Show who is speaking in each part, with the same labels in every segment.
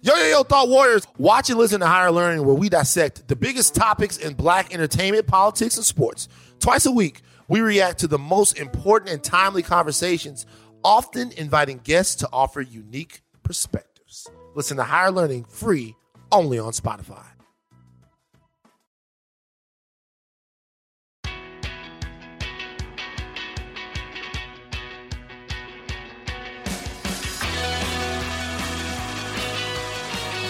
Speaker 1: Yo, yo, yo, Thought Warriors. Watch and listen to Higher Learning, where we dissect the biggest topics in black entertainment, politics, and sports. Twice a week, we react to the most important and timely conversations, often inviting guests to offer unique perspectives. Listen to Higher Learning free only on Spotify.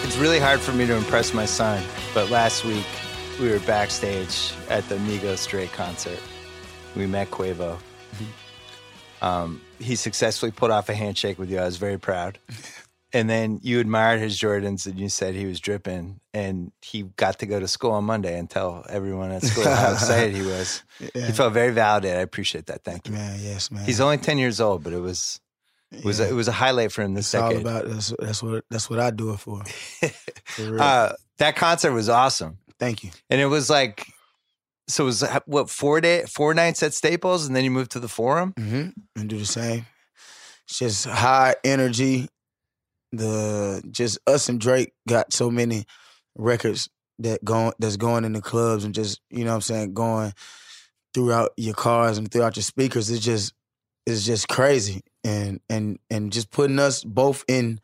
Speaker 2: It's really hard for me to impress my son, but last week we were backstage at the Migos Stray concert. We met Quavo.
Speaker 3: Mm-hmm.
Speaker 2: Um, he successfully put off a handshake with you. I was very proud. And then you admired his Jordans and you said he was dripping. And he got to go to school on Monday and tell everyone at school how excited he was. He felt very validated. I appreciate that. Thank you.
Speaker 3: Man, yes, man.
Speaker 2: He's only ten years old, but it was it was
Speaker 3: Yeah.
Speaker 2: a, it was a highlight for him this
Speaker 3: it's all
Speaker 2: decade.
Speaker 3: about that's, that's what that's what I do it for. For real.
Speaker 2: uh, that concert was awesome.
Speaker 3: Thank you.
Speaker 2: and it was like so it was uh, what four day four nights at Staples and then you moved to the Forum.
Speaker 3: hmm And do the same. It's just high energy. The just us and Drake got so many records that going that's going in the clubs and just you know what I'm saying going throughout your cars and throughout your speakers. It's just it's just crazy and and and just putting us both in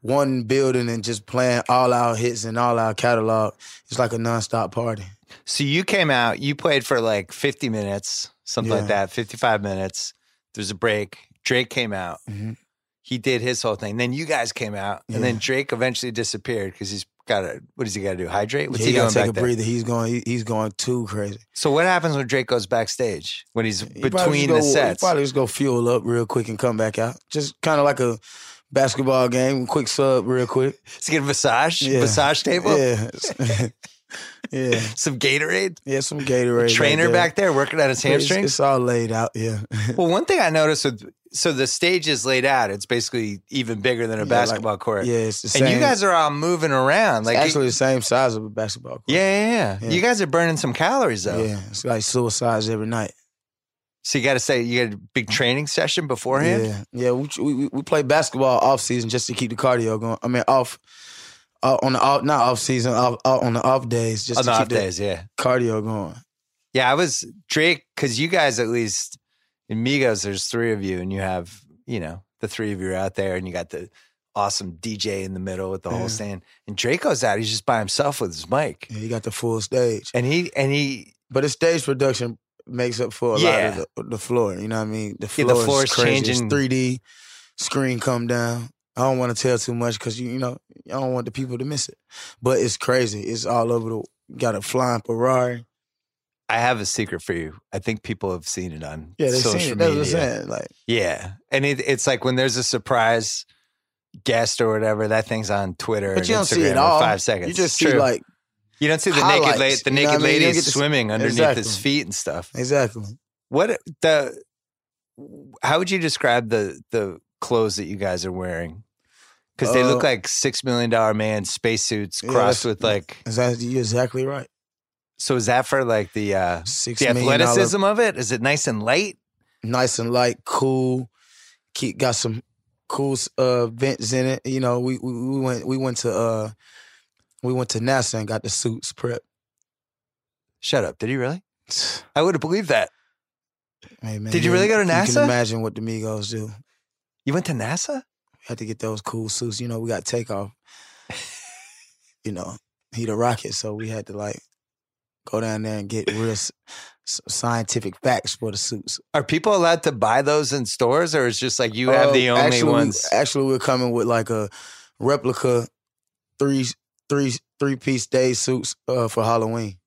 Speaker 3: one building and just playing all our hits and all our catalog. It's like a nonstop party.
Speaker 2: So you came out, you played for like fifty minutes, something like
Speaker 3: Yeah.
Speaker 2: that, fifty five minutes. There's a break. Drake came out.
Speaker 3: Mhm.
Speaker 2: He did his whole thing. Then you guys came out, and then
Speaker 3: Yeah.
Speaker 2: Drake eventually disappeared because he's got to. What does he got to do? Hydrate? What's
Speaker 3: Yeah,
Speaker 2: he
Speaker 3: you
Speaker 2: doing
Speaker 3: gotta
Speaker 2: back
Speaker 3: take a
Speaker 2: there?
Speaker 3: breather. He's going. he- he's going too crazy.
Speaker 2: So what happens when Drake goes backstage when he's
Speaker 3: He probably
Speaker 2: between the
Speaker 3: just go- he
Speaker 2: sets?
Speaker 3: probably just go fuel up real quick and come back out. Just kind of like a basketball game, quick sub real quick.
Speaker 2: Does he get a massage,
Speaker 3: Yeah.
Speaker 2: massage table,
Speaker 3: Yeah. yeah.
Speaker 2: some Gatorade,
Speaker 3: Yeah, some Gatorade. back
Speaker 2: trainer
Speaker 3: there.
Speaker 2: back there working on his
Speaker 3: It's-
Speaker 2: hamstrings.
Speaker 3: It's, all laid out, yeah.
Speaker 2: Well, one thing I noticed with so the stage is laid out. It's basically even bigger than a
Speaker 3: Yeah, like-
Speaker 2: basketball court.
Speaker 3: Yeah, it's the
Speaker 2: and
Speaker 3: same.
Speaker 2: you guys are all moving around. Like
Speaker 3: it's actually the same size of a basketball court.
Speaker 2: yeah, yeah, yeah.
Speaker 3: Yeah.
Speaker 2: You guys are burning some calories though.
Speaker 3: Yeah, it's like suicides every night.
Speaker 2: So you got to say you got a big training session beforehand.
Speaker 3: Yeah, yeah. We, we we play basketball off season just to keep the cardio going. I mean, off, off on the off, not off season, off, off on the off days, just
Speaker 2: On
Speaker 3: to
Speaker 2: the
Speaker 3: keep
Speaker 2: off days, yeah,
Speaker 3: the cardio going.
Speaker 2: yeah. I was Drake because you guys at least in Migos, there's three of you, and you have you know the three of you are out there, and you got the awesome DJ in the middle with the
Speaker 3: Yeah.
Speaker 2: whole stand. And Drake goes out; he's just by himself with his mic,
Speaker 3: Yeah, you got the full stage.
Speaker 2: and he and he
Speaker 3: But the stage production makes up for a lot
Speaker 2: Yeah.
Speaker 3: of the, the floor. You know what I mean? The
Speaker 2: Yeah,
Speaker 3: floor,
Speaker 2: the floor is
Speaker 3: is crazy.
Speaker 2: changing.
Speaker 3: It's 3D screen come down. I don't want to tell too much because you you know I don't want the people to miss it. But it's crazy. It's all over the. Got a flying Ferrari.
Speaker 2: I have a secret for you. I think people have seen it on
Speaker 3: Yeah, they
Speaker 2: social
Speaker 3: seen it. That's
Speaker 2: media.
Speaker 3: what I'm saying. Like
Speaker 2: Yeah, and it, it's like when there's a surprise guest or whatever, that thing's on Twitter.
Speaker 3: But you
Speaker 2: and
Speaker 3: don't
Speaker 2: Instagram
Speaker 3: see it
Speaker 2: in
Speaker 3: all.
Speaker 2: Five seconds.
Speaker 3: you just
Speaker 2: True.
Speaker 3: see like
Speaker 2: you don't see the naked lady,
Speaker 3: highlights,
Speaker 2: the
Speaker 3: you know
Speaker 2: naked
Speaker 3: what I mean? You
Speaker 2: lady
Speaker 3: don't
Speaker 2: is
Speaker 3: get to see-
Speaker 2: swimming underneath his
Speaker 3: Exactly.
Speaker 2: feet and stuff.
Speaker 3: exactly.
Speaker 2: What the? How would you describe the the clothes that you guys are wearing? Because they look
Speaker 3: Uh,
Speaker 2: like six million dollar man spacesuits
Speaker 3: Yeah,
Speaker 2: crossed
Speaker 3: that's-
Speaker 2: with like.
Speaker 3: Exactly. You're exactly right.
Speaker 2: So is that for like the uh
Speaker 3: Six
Speaker 2: the
Speaker 3: million dollar-
Speaker 2: athleticism of it? Is it nice and light?
Speaker 3: nice and light, cool. Keep got some cool uh vents in it. You know, we we, we went we went to uh we went to NASA and got the suits prep.
Speaker 2: Shut up! Did he really? I would have believed that.
Speaker 3: Hey, man,
Speaker 2: Did you really go to
Speaker 3: You
Speaker 2: NASA?
Speaker 3: can imagine what the Migos do. We
Speaker 2: You went to NASA?
Speaker 3: had to get those cool suits. You know, we got takeoff. you know, he the rocket, so we had to like go down there and get real s- s- scientific facts for the suits.
Speaker 2: Are people allowed to buy those in stores, or it's just like you have the
Speaker 3: Uh,
Speaker 2: only
Speaker 3: actually, we-
Speaker 2: ones?
Speaker 3: actually, we're coming with like a replica three three three piece day suits uh, for Halloween.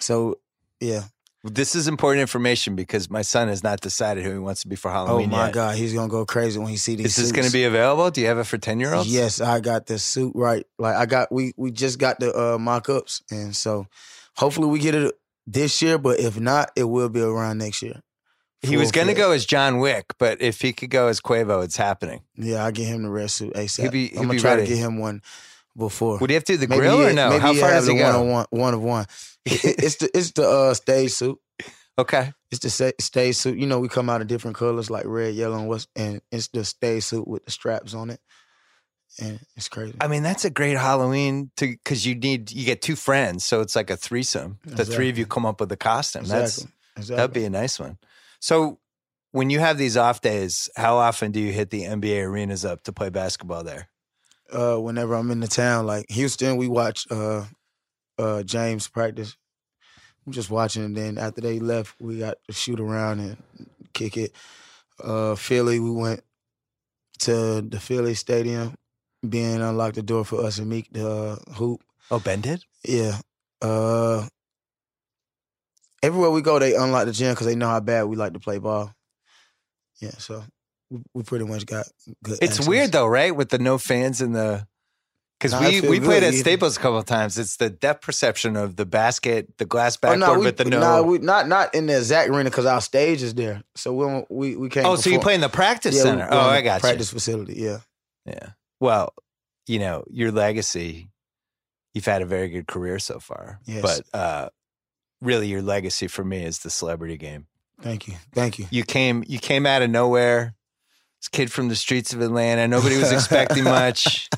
Speaker 3: So yeah.
Speaker 2: this is important information because my son has not decided who he wants to be for Halloween.
Speaker 3: oh my
Speaker 2: yet.
Speaker 3: God, he's gonna go crazy when he see these.
Speaker 2: Is this
Speaker 3: suits.
Speaker 2: going to be available? Do you have it for ten year olds?
Speaker 3: Yes, I got the suit right. Like I got we we just got the uh, mock ups, and so hopefully we get it this year. But if not, it will be around next year.
Speaker 2: He was
Speaker 3: Full
Speaker 2: going to
Speaker 3: fledged.
Speaker 2: go as John Wick, but if he could go as Quavo, it's happening.
Speaker 3: Yeah, I get him the red suit ASAP.
Speaker 2: He'll be- he'll
Speaker 3: I'm gonna
Speaker 2: be
Speaker 3: try
Speaker 2: ready.
Speaker 3: to get him one before.
Speaker 2: Would he have to do the grill or
Speaker 3: it-
Speaker 2: no?
Speaker 3: Maybe
Speaker 2: How far
Speaker 3: have
Speaker 2: does
Speaker 3: the
Speaker 2: he
Speaker 3: one on
Speaker 2: go?
Speaker 3: one, one of one. It- it- it's the it's the uh, stage suit.
Speaker 2: Okay,
Speaker 3: It's the sa- stage suit. You know, we come out in different colors like red, yellow, and what's and it's the stage suit with the straps on it. and it's crazy.
Speaker 2: I mean, that's a great Halloween to because you need you get two friends, so it's like a threesome. The three of
Speaker 3: Exactly.
Speaker 2: you come up with a costume. That's
Speaker 3: Exactly.
Speaker 2: that'd be a nice one. So, when you have these off days, how often do you hit the NBA arenas up to play basketball there?
Speaker 3: uh, whenever I'm in the town. Like Houston, we watch uh, uh, James practice. I'm just watching, and then after they left, we got to shoot around and kick it. Uh, Philly, we went to the Philly Stadium. Ben unlocked the door for us and Meek the uh, hoop.
Speaker 2: Oh, Ben did.
Speaker 3: Yeah. Uh, everywhere we go, they unlock the gym because they know how bad we like to play ball. Yeah, so we, we pretty much got good.
Speaker 2: It's
Speaker 3: access.
Speaker 2: weird though, right? With the no fans and the because
Speaker 3: Nah, I
Speaker 2: we
Speaker 3: feel
Speaker 2: we played
Speaker 3: good.
Speaker 2: at
Speaker 3: You-
Speaker 2: Staples a couple of times. It's the depth perception of the basket, the glass
Speaker 3: Oh,
Speaker 2: backboard
Speaker 3: no, we,
Speaker 2: with the no.
Speaker 3: nah, we, not not in the exact arena because our stage is there, so we don't, we we can't.
Speaker 2: oh, so you
Speaker 3: perform.
Speaker 2: play in the practice
Speaker 3: Yeah, we-
Speaker 2: center?
Speaker 3: we're
Speaker 2: Oh,
Speaker 3: on
Speaker 2: I
Speaker 3: the
Speaker 2: got you.
Speaker 3: practice facility? Yeah,
Speaker 2: Yeah. Well, you know, your legacy, you've had a very good career so far.
Speaker 3: Yes.
Speaker 2: But uh, really your legacy for me is the celebrity game.
Speaker 3: thank you, thank you.
Speaker 2: You came you came out of nowhere. This kid from the streets of Atlanta. Nobody was expecting much.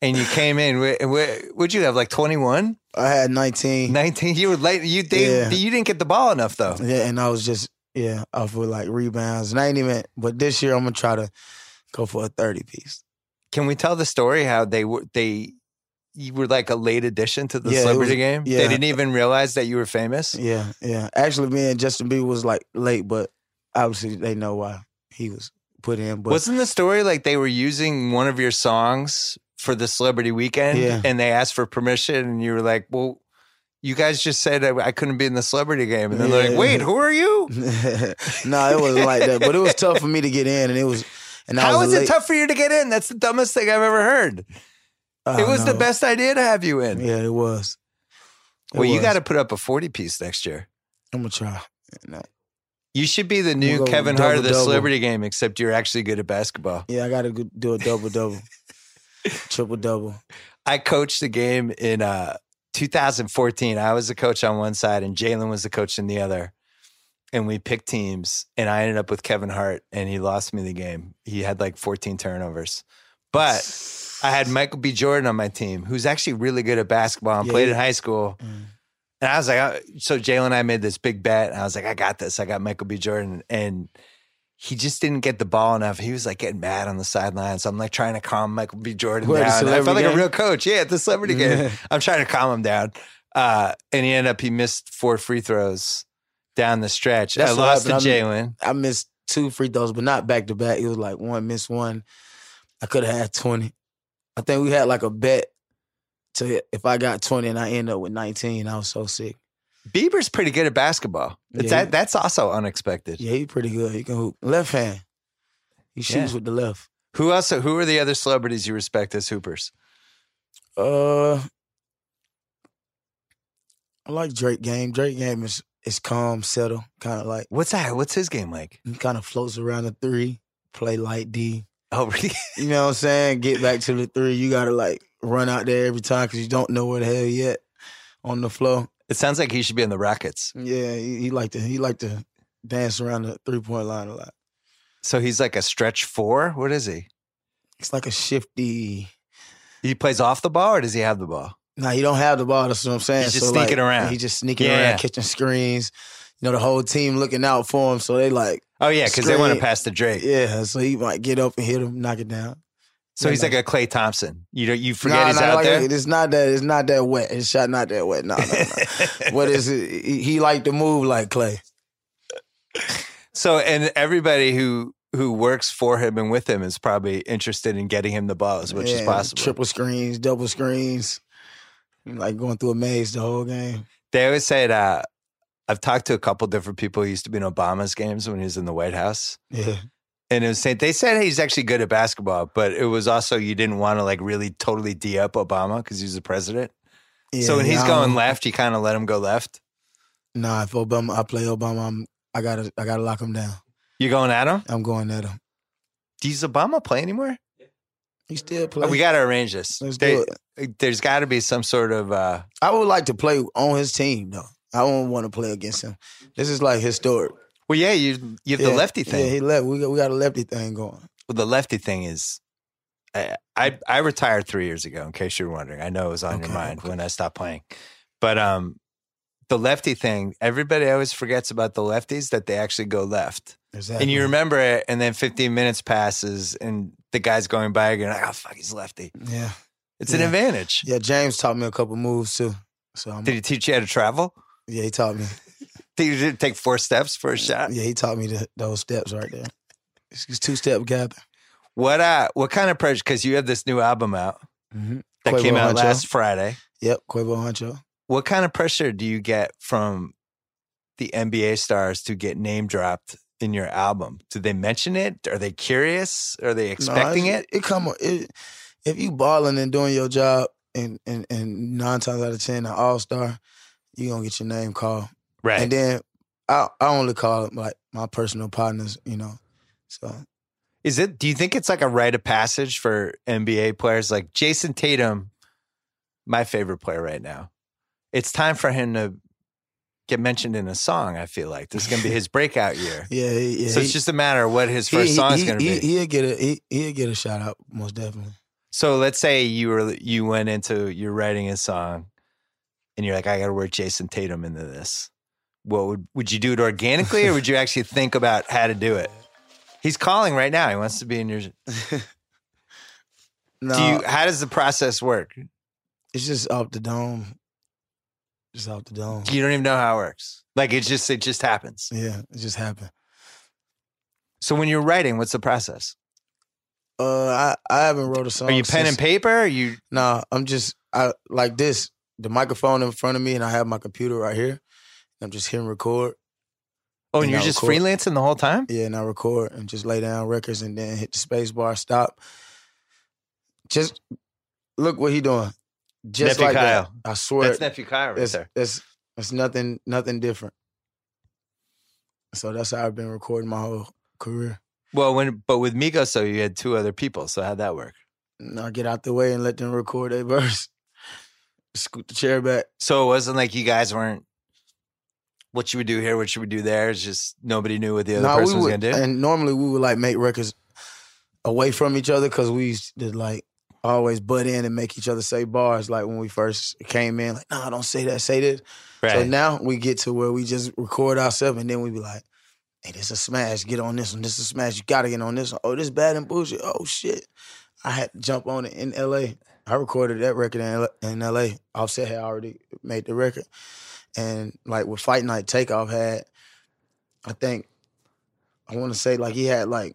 Speaker 2: And you came in. wh- wh- Would you have like 21,
Speaker 3: I had nineteen,
Speaker 2: 19? You were late. You they,
Speaker 3: Yeah.
Speaker 2: you didn't get the ball enough though.
Speaker 3: yeah, and I was just yeah off with like rebounds, and I ain't even. But this year I'm gonna try to go for a thirty piece.
Speaker 2: Can we tell the story how they were they you were like a late addition to the
Speaker 3: Yeah, it
Speaker 2: celebrity
Speaker 3: was-
Speaker 2: game? They
Speaker 3: yeah.
Speaker 2: didn't even realize that you were famous.
Speaker 3: Yeah, yeah. Actually, me and Justin Bieber was like late, but obviously they know why he was put in. But
Speaker 2: Wasn't the story like they were using one of your songs for the celebrity weekend
Speaker 3: Yeah.
Speaker 2: and they asked for permission and you were like, well, you guys just said I, I couldn't be in the celebrity game. And then they're like,
Speaker 3: Yeah.
Speaker 2: wait, who are you?
Speaker 3: no, it wasn't like that. But it was tough for me to get in, and it was. And I
Speaker 2: How
Speaker 3: was
Speaker 2: is
Speaker 3: late.
Speaker 2: it tough for you to get in? That's the dumbest thing I've ever heard.
Speaker 3: I
Speaker 2: It
Speaker 3: don't
Speaker 2: was the
Speaker 3: know.
Speaker 2: best idea to have you in.
Speaker 3: Oh, Yeah, it was. It
Speaker 2: well, you
Speaker 3: was.
Speaker 2: got to put up a 40 piece next year.
Speaker 3: I'm gonna try. uh, No.
Speaker 2: You should be the new
Speaker 3: We'll go
Speaker 2: Kevin Hart of the
Speaker 3: double-double.
Speaker 2: celebrity game, except you're actually good at basketball.
Speaker 3: Yeah, I gotta go- do a double double, triple double.
Speaker 2: I coached the game in uh, 2014. I was the coach on one side, and Jalen was the coach in the other. And we picked teams, and I ended up with Kevin Hart, and he lost me the game. He had like 14 turnovers. But I had Michael B. Jordan on my team, who's actually really good at basketball and
Speaker 3: Yeah,
Speaker 2: played
Speaker 3: he-
Speaker 2: in high school.
Speaker 3: Mm.
Speaker 2: And I was like, I- so Jalen and I made this big bet, and I was like, I got this. I got Michael B. Jordan. And he just didn't get the ball enough. He was like getting mad on the sideline. So I'm like trying to calm Michael B. Jordan
Speaker 3: Where, the
Speaker 2: down. And I felt
Speaker 3: celebrity
Speaker 2: like a
Speaker 3: game?
Speaker 2: real coach. Yeah, at the celebrity game.
Speaker 3: Yeah.
Speaker 2: I'm trying to calm him down. Uh, and he ended up, he missed four free throws down the stretch.
Speaker 3: That's
Speaker 2: I
Speaker 3: what
Speaker 2: lost to
Speaker 3: happened.
Speaker 2: Jalen.
Speaker 3: I missed two free throws, but not back to back. It was like one miss one. I could have had twenty. I think we had like a bet to if I got twenty and I end up with nineteen, I was so sick.
Speaker 2: Bieber's pretty good at basketball. It's
Speaker 3: Yeah.
Speaker 2: that, that's also unexpected.
Speaker 3: Yeah, he pretty good. He can hoop. Left hand. He shoots with the left.
Speaker 2: Who else? Who are the other celebrities you respect as hoopers?
Speaker 3: Uh, I like Drake game. Drake game is is calm, settle, kind of like
Speaker 2: What's that? What's his game like?
Speaker 3: he kind of floats around the three, play light D.
Speaker 2: Oh, really?
Speaker 3: You know what I'm saying? Get back to the three. You gotta like run out there every time because you don't know where the hell yet on the floor.
Speaker 2: It sounds like he should be in the Rockets.
Speaker 3: Yeah, he, he like to he like to dance around the three point line a lot.
Speaker 2: So he's like a stretch four. What is he?
Speaker 3: It's like a shifty.
Speaker 2: He plays off the ball, or does he have the ball?
Speaker 3: Now he don't have the ball. That's what I'm saying.
Speaker 2: He's just
Speaker 3: So, like,
Speaker 2: sneaking around.
Speaker 3: He just sneaking
Speaker 2: Yeah.
Speaker 3: around, catching screens. You know the whole team looking out for him, so they like.
Speaker 2: Oh yeah, because they want to
Speaker 3: Straight.
Speaker 2: pass to Drake.
Speaker 3: Yeah, so he might get up and hit him, knock it down.
Speaker 2: so he's
Speaker 3: no.
Speaker 2: like a Clay Thompson. You know, you forget
Speaker 3: Nah,
Speaker 2: he's
Speaker 3: nah,
Speaker 2: out
Speaker 3: like,
Speaker 2: there.
Speaker 3: It's not that. It's not that wet. His shot not that wet. No, no, no. what is it? He, he like to move like Clay.
Speaker 2: so and everybody who who works for him and with him is probably interested in getting him the ball as much as
Speaker 3: Yeah,
Speaker 2: possible.
Speaker 3: Triple screens, double screens, like going through a maze the whole game.
Speaker 2: They always said. Uh, I've talked to a couple different people. He used to be in Obama's games when he was in the White House.
Speaker 3: Yeah,
Speaker 2: and it was saying they said he's actually good at basketball, but it was also you didn't want to like really totally d up Obama because he's the president.
Speaker 3: yeah
Speaker 2: so when he's
Speaker 3: nah,
Speaker 2: going
Speaker 3: I'm-
Speaker 2: left, you kind of let him go left.
Speaker 3: nah. If Obama, I play Obama. I'm, I gotta, I gotta lock him down.
Speaker 2: You're going at him.
Speaker 3: I'm going at him.
Speaker 2: Does Obama play anymore?
Speaker 3: He still
Speaker 2: Oh,
Speaker 3: play.
Speaker 2: we got to arrange this.
Speaker 3: Let's
Speaker 2: They- uh,
Speaker 3: do it.
Speaker 2: There's got to be some sort of uh,
Speaker 3: I would like to play on his team though. I don't want to play against him. This is like historic.
Speaker 2: well, yeah, you you have
Speaker 3: Yeah,
Speaker 2: the lefty thing.
Speaker 3: Yeah, he left. We got, we got a lefty thing going.
Speaker 2: well, the lefty thing is I, I I retired three years ago. In case you're wondering, I know it was on
Speaker 3: Okay,
Speaker 2: your mind
Speaker 3: okay.
Speaker 2: when I stopped playing. But um, the lefty thing, everybody always forgets about the lefties that they actually go left,
Speaker 3: Exactly.
Speaker 2: and you remember it, and then 15 minutes passes, and the guy's going by again. Like, oh fuck, he's lefty.
Speaker 3: Yeah.
Speaker 2: It's an
Speaker 3: Yeah.
Speaker 2: advantage.
Speaker 3: Yeah, James taught me a couple moves too. So I'm,
Speaker 2: Did he teach you how to travel?
Speaker 3: yeah, he taught me.
Speaker 2: Did you take four steps for a shot?
Speaker 3: Uh, Yeah, he taught me the, those steps right there. It's just two step gather.
Speaker 2: What uh, what kind of pressure? Because you have this new album out
Speaker 3: Mm-hmm.
Speaker 2: that
Speaker 3: Quavo
Speaker 2: came out
Speaker 3: Huncho.
Speaker 2: last Friday.
Speaker 3: Yep, Quavo Huncho.
Speaker 2: What kind of pressure do you get from the NBA stars to get name dropped in your album? Do they mention it? Are they curious? Are they expecting
Speaker 3: No,
Speaker 2: it?
Speaker 3: it's- It come it, if you balling and doing your job, and and and nine times out of ten, an all star, you gonna get your name called.
Speaker 2: Right.
Speaker 3: And then I I only call them like my personal partners, you know. So
Speaker 2: Is it? Do you think it's like a rite of passage for NBA players like Jason Tatum, my favorite player right now? It's time for him to get mentioned in a song. I feel like this is going to be his breakout year.
Speaker 3: yeah, he- yeah.
Speaker 2: So
Speaker 3: he-
Speaker 2: it's just a matter of what his first
Speaker 3: he,
Speaker 2: song is
Speaker 3: he-
Speaker 2: going to be.
Speaker 3: he- He'll get a he, he'll get a shout out most definitely.
Speaker 2: so let's say you were you went into you're writing a song, and you're like, I got to work Jason Tatum into this. What would would you do it organically, or would you actually think about how to do it? He's calling right now. He wants to be in your.
Speaker 3: No,
Speaker 2: Do you? How does the process work?
Speaker 3: it's just off the dome. Just off the dome.
Speaker 2: You don't even know how it works. Like it just it just happens.
Speaker 3: Yeah, it just happened.
Speaker 2: So when you're writing, what's the process?
Speaker 3: Uh, I I haven't wrote a song.
Speaker 2: Are you pen
Speaker 3: since-
Speaker 2: and paper? Are you
Speaker 3: Nah, I'm just I like this. The microphone in front of me, and I have my computer right here. I'm just hitting record.
Speaker 2: oh, and
Speaker 3: No,
Speaker 2: you're just
Speaker 3: cool.
Speaker 2: freelancing the whole time?
Speaker 3: Yeah, and I record and just lay down records and then hit the space bar, stop. Just look what he doing. Just
Speaker 2: Nephew
Speaker 3: like
Speaker 2: Kyle.
Speaker 3: that. I swear.
Speaker 2: That's nephew Kyle right
Speaker 3: it's,
Speaker 2: there.
Speaker 3: it's it's nothing nothing different. So that's how I've been recording my whole career.
Speaker 2: Well, when but with Migos, so you had two other people. So how'd that work?
Speaker 3: And I get out the way and let them record their verse. Scoot the chair back.
Speaker 2: So it wasn't like you guys weren't what you would do here, what you would do there. It's just nobody knew what the other
Speaker 3: Nah,
Speaker 2: person
Speaker 3: we
Speaker 2: was
Speaker 3: would,
Speaker 2: gonna do.
Speaker 3: And normally we would like make records away from each other because we used to like always butt in and make each other say bars. Like when we first came in, like, nah, don't say that, say this. So now we get to where we just record ourselves and then we be like, hey, this a smash, get on this one, this a smash, you gotta get on this one. Oh, this bad and bullshit. Oh shit. I had to jump on it in LA. I recorded that record in L- in LA. Offset had already made the record. And like with Fight Night Takeoff had, I think, I wanna say like he had like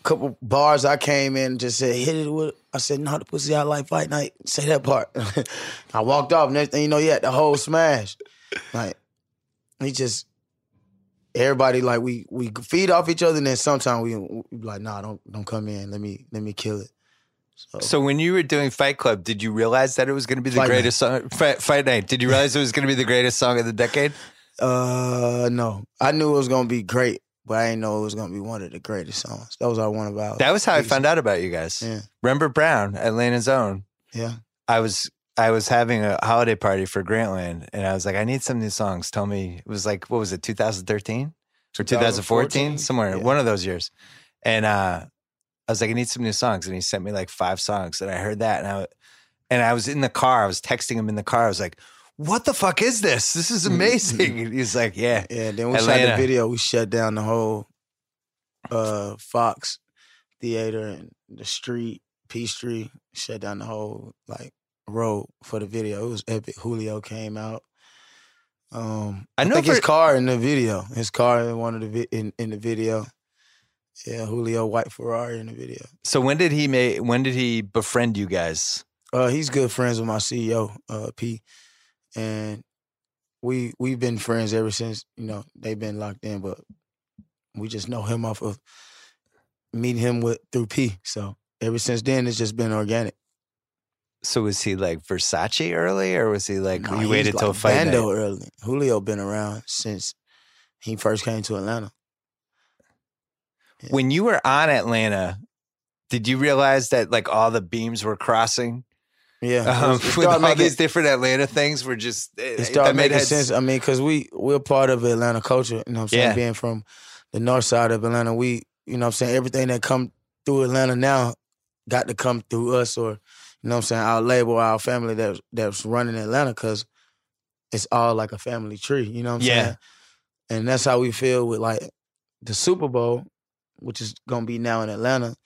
Speaker 3: a couple bars I came in and just said, hit it with I said, no, the pussy out like Fight Night. Say that part. I walked off, next thing you know, he had the whole smash. Like, he just everybody like we we feed off each other and then sometimes we, we be like, nah, don't don't come in. Let me let me kill it. So,
Speaker 2: So when you were doing Fight Club, did you realize that it was going to be the
Speaker 3: Fight Night.
Speaker 2: greatest song? Fight, Fight Night. Did you realize it was going to be the greatest song of the decade?
Speaker 3: uh no. I knew it was gonna be great, but I didn't know it was gonna be one of the greatest songs. That was our one about
Speaker 2: That was how I
Speaker 3: biggest-
Speaker 2: found out about you guys.
Speaker 3: Yeah.
Speaker 2: Remember Brown, Atlanta's own.
Speaker 3: Yeah.
Speaker 2: I was I was having a holiday party for Grantland, and I was like, I need some new songs. Tell me, it was like what was it, 2013 or 2014,
Speaker 3: 2014?
Speaker 2: somewhere
Speaker 3: Yeah.
Speaker 2: one of those years. And uh, I was like, I need some new songs, and he sent me like five songs, and I heard that, and I and I was in the car, I was texting him in the car, I was like, What the fuck is this? This is amazing. And he's like, Yeah,
Speaker 3: Yeah, then we shot
Speaker 2: Atlanta.
Speaker 3: the video, we shut down the whole uh Fox theater and the street, Peachtree, shut down the whole like road for the video. It was epic. Julio came out. Um
Speaker 2: I know
Speaker 3: I think
Speaker 2: for,
Speaker 3: his car in the video. His car in one of the vi- in, in the video. Yeah, Julio White Ferrari in the video.
Speaker 2: so when did he make when did he befriend you guys?
Speaker 3: Uh, he's good friends with my CEO, uh, P, and we we've been friends ever since. You know, they've been locked in, but we just know him off of meeting him with through P. So ever since then, it's just been organic.
Speaker 2: So was he like Versace early, or was he like
Speaker 3: Nah,
Speaker 2: you
Speaker 3: he's
Speaker 2: waited till
Speaker 3: like
Speaker 2: fight night?
Speaker 3: Bando early. Julio been around since he first came to Atlanta.
Speaker 2: When you were on Atlanta, did you realize that like all the beams were crossing?
Speaker 3: Yeah,
Speaker 2: Um,
Speaker 3: Uh, it- it
Speaker 2: with
Speaker 3: started
Speaker 2: all
Speaker 3: making-
Speaker 2: these different Atlanta things were just eh,
Speaker 3: it
Speaker 2: that
Speaker 3: started
Speaker 2: made
Speaker 3: making
Speaker 2: heads-
Speaker 3: sense. I mean, because we we're part of Atlanta culture. You know what I'm saying?
Speaker 2: Yeah.
Speaker 3: Being from the north side of Atlanta, we you know what I'm saying everything that come through Atlanta now got to come through us or you know what I'm saying our label, our family that that's running Atlanta because it's all like a family tree. You know what I'm
Speaker 2: Yeah.
Speaker 3: saying? And that's how we feel with like the Super Bowl, which is gonna be now in Atlanta,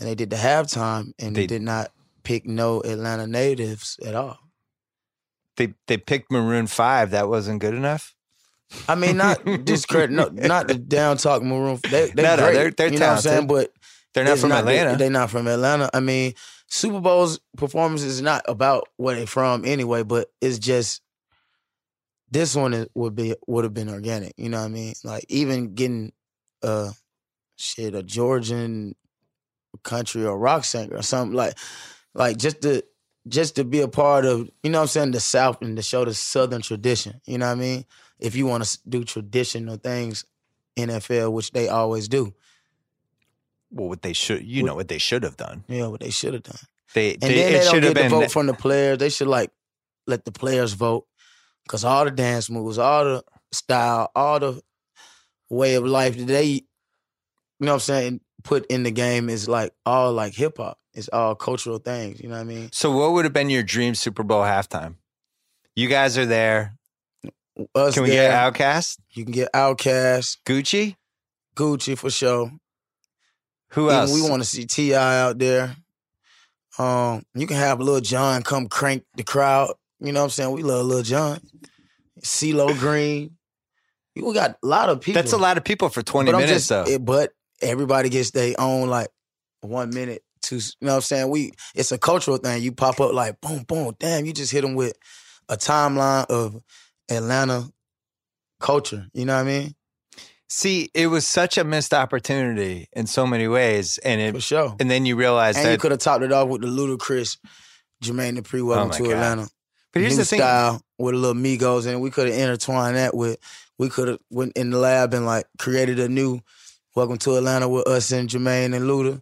Speaker 3: and they did the halftime and they
Speaker 2: They-
Speaker 3: did not pick no Atlanta natives at all.
Speaker 2: They they picked Maroon Five. That wasn't good enough.
Speaker 3: I mean, not discredit, no, not the down talk Maroon. They, they
Speaker 2: No, no,
Speaker 3: great,
Speaker 2: they're- they're
Speaker 3: you know what I'm saying?
Speaker 2: talented.
Speaker 3: But
Speaker 2: They're not
Speaker 3: It's
Speaker 2: from Atlanta.
Speaker 3: They're not from Atlanta. I mean, Super Bowl's performance is not about where they're from anyway, but it's just this one is, would be would have been organic. You know what I mean? Like even getting uh shit a Georgian country or rock singer or something like like just to just to be a part of you know what I'm saying the South and to show the Southern tradition. You know what I mean? If you want to do traditional things, NFL, which they always do.
Speaker 2: well, what they should you know what they should have done.
Speaker 3: Yeah, what they should have done.
Speaker 2: They,
Speaker 3: And
Speaker 2: they,
Speaker 3: then
Speaker 2: it
Speaker 3: they don't
Speaker 2: should
Speaker 3: get
Speaker 2: have
Speaker 3: the
Speaker 2: been
Speaker 3: vote from the players. They should like let the players vote because all the dance moves, all the style, all the way of life that they, you know, what I'm saying, put in the game is like all like hip hop. It's all cultural things. You know what I mean?
Speaker 2: So what would have been your dream Super Bowl halftime? You guys are there.
Speaker 3: Us
Speaker 2: Can we
Speaker 3: there,
Speaker 2: get Outcast?
Speaker 3: You can get Outkast,
Speaker 2: Gucci?
Speaker 3: Gucci for sure.
Speaker 2: Who
Speaker 3: Even
Speaker 2: else?
Speaker 3: We want to see Ti out there. Um, you can have Lil John come crank the crowd. You know what I'm saying? We love Lil John, CeeLo Green. We got a lot of people.
Speaker 2: That's a lot of people for 20
Speaker 3: But I'm
Speaker 2: minutes
Speaker 3: just-
Speaker 2: though.
Speaker 3: it- but everybody gets their own like one minute. To you know what I'm saying? We it's a cultural thing. You pop up like boom, boom, damn. You just hit them with a timeline of Atlanta culture. You know what I mean?
Speaker 2: See, it was such a missed opportunity in so many ways and
Speaker 3: For
Speaker 2: it
Speaker 3: sure.
Speaker 2: and then you realize
Speaker 3: and you
Speaker 2: that
Speaker 3: could have topped it off with the ludicrous Jermaine Dupri welcome
Speaker 2: Oh my
Speaker 3: to
Speaker 2: God.
Speaker 3: Atlanta.
Speaker 2: But here's
Speaker 3: New
Speaker 2: the thing.
Speaker 3: style with a little Migos, and we could have intertwined that with we could have went in the lab and like created a new Welcome to Atlanta with us and Jermaine and Luda.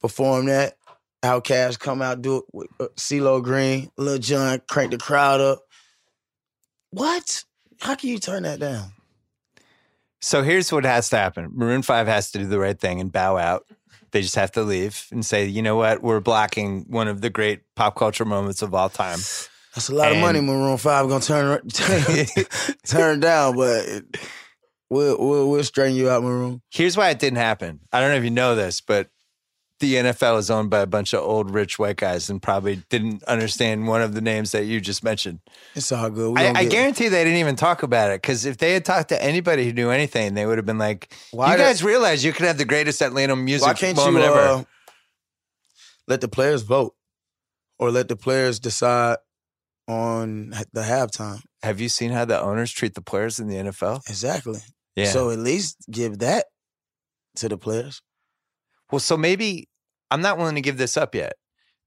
Speaker 3: Perform that. Outcast come out, do it with uh, CeeLo Green, Lil Jon, crank the crowd up. What? How can you turn that down?
Speaker 2: So here's what has to happen. Maroon 5 has to do the right thing and bow out. They just have to leave and say, "You know what? We're blocking one of the great pop culture moments of all time."
Speaker 3: That's a lot
Speaker 2: And-
Speaker 3: of money Maroon Five gonna turn turn, turn down, but we'll, we'll we'll straighten you out, Maroon.
Speaker 2: Here's why it didn't happen. I don't know if you know this, but the NFL is owned by a bunch of old rich white guys and probably didn't understand one of the names that you just mentioned.
Speaker 3: It's all good. We
Speaker 2: I,
Speaker 3: gonna
Speaker 2: I
Speaker 3: get-
Speaker 2: guarantee they didn't even talk about it because if they had talked to anybody who knew anything, they would have been like,
Speaker 3: Why
Speaker 2: "You
Speaker 3: the-
Speaker 2: guys realize you could have the greatest Atlanta music
Speaker 3: Why can't you
Speaker 2: moment ever."
Speaker 3: uh, let the players vote, or let the players decide on the halftime?
Speaker 2: have you seen how the owners treat the players in the NFL?
Speaker 3: Exactly.
Speaker 2: Yeah.
Speaker 3: So at least give that to the players.
Speaker 2: Well, so maybe I'm not willing to give this up yet.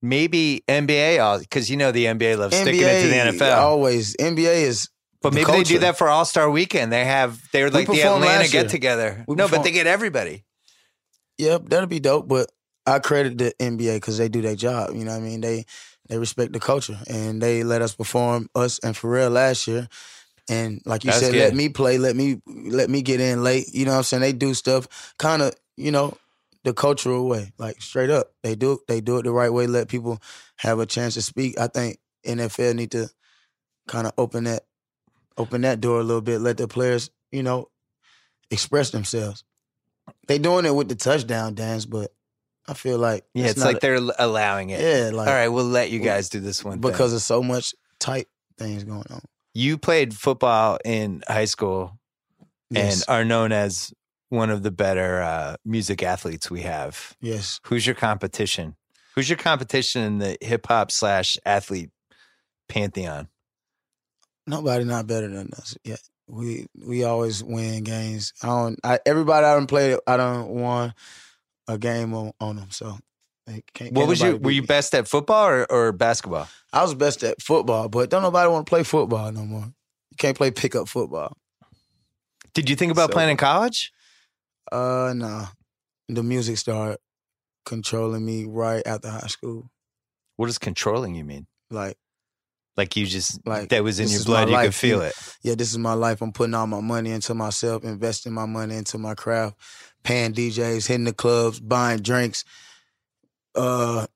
Speaker 2: Maybe NBA, because you know the NBA loves sticking it to the NFL.
Speaker 3: always NBA is
Speaker 2: but
Speaker 3: oh, the
Speaker 2: maybe they do
Speaker 3: culture.
Speaker 2: that for All Star Weekend. They have they're like the
Speaker 3: performed
Speaker 2: Atlanta
Speaker 3: last year.
Speaker 2: get together.
Speaker 3: We
Speaker 2: No, but
Speaker 3: performed-
Speaker 2: they get everybody.
Speaker 3: Yep, that'll be dope. But I credit the NBA because they do their job. You know what I mean? They they respect the culture and they let us perform us and Pharrell last year. And like you
Speaker 2: That's
Speaker 3: said,
Speaker 2: good.
Speaker 3: let me play, let me let me get in late. You know what I'm saying? They do stuff kind of, you know, the cultural way, like straight up. They do they do it the right way. Let people have a chance to speak. I think NFL need to kind of open that open that door a little bit. Let the players, you know, express themselves. They doing it with the touchdown dance, but I feel like
Speaker 2: Yeah, it's,
Speaker 3: not
Speaker 2: like
Speaker 3: a-
Speaker 2: they're l- allowing it.
Speaker 3: yeah, like
Speaker 2: All right, we'll let you
Speaker 3: we-
Speaker 2: guys do this one thing.
Speaker 3: because of so much tight things going on.
Speaker 2: you played football in high school
Speaker 3: Yes,
Speaker 2: and are known as one of the better uh, music athletes we have.
Speaker 3: yes.
Speaker 2: Who's your competition? Who's your competition in the hip hop slash athlete pantheon?
Speaker 3: Nobody not better than us yet. We we always win games. I don't. I, everybody I don't play, I don't won a game on, on them. So. they Can't,
Speaker 2: What
Speaker 3: can't
Speaker 2: was
Speaker 3: nobody
Speaker 2: you?
Speaker 3: beat
Speaker 2: Were you
Speaker 3: me.
Speaker 2: best at football or, or basketball?
Speaker 3: I was best at football, but don't nobody want to play football no more. You can't play pickup football.
Speaker 2: Did you think about
Speaker 3: So-
Speaker 2: playing in college?
Speaker 3: Uh, nah. The music started controlling me right after high school.
Speaker 2: What does controlling you mean?
Speaker 3: Like,
Speaker 2: Like you just
Speaker 3: Like,
Speaker 2: like that was in
Speaker 3: this
Speaker 2: your
Speaker 3: is my
Speaker 2: blood. You could
Speaker 3: life.
Speaker 2: feel it.
Speaker 3: yeah, this is my life. I'm putting all my money into myself, investing my money into my craft, paying DJs, hitting the clubs, buying drinks, uh,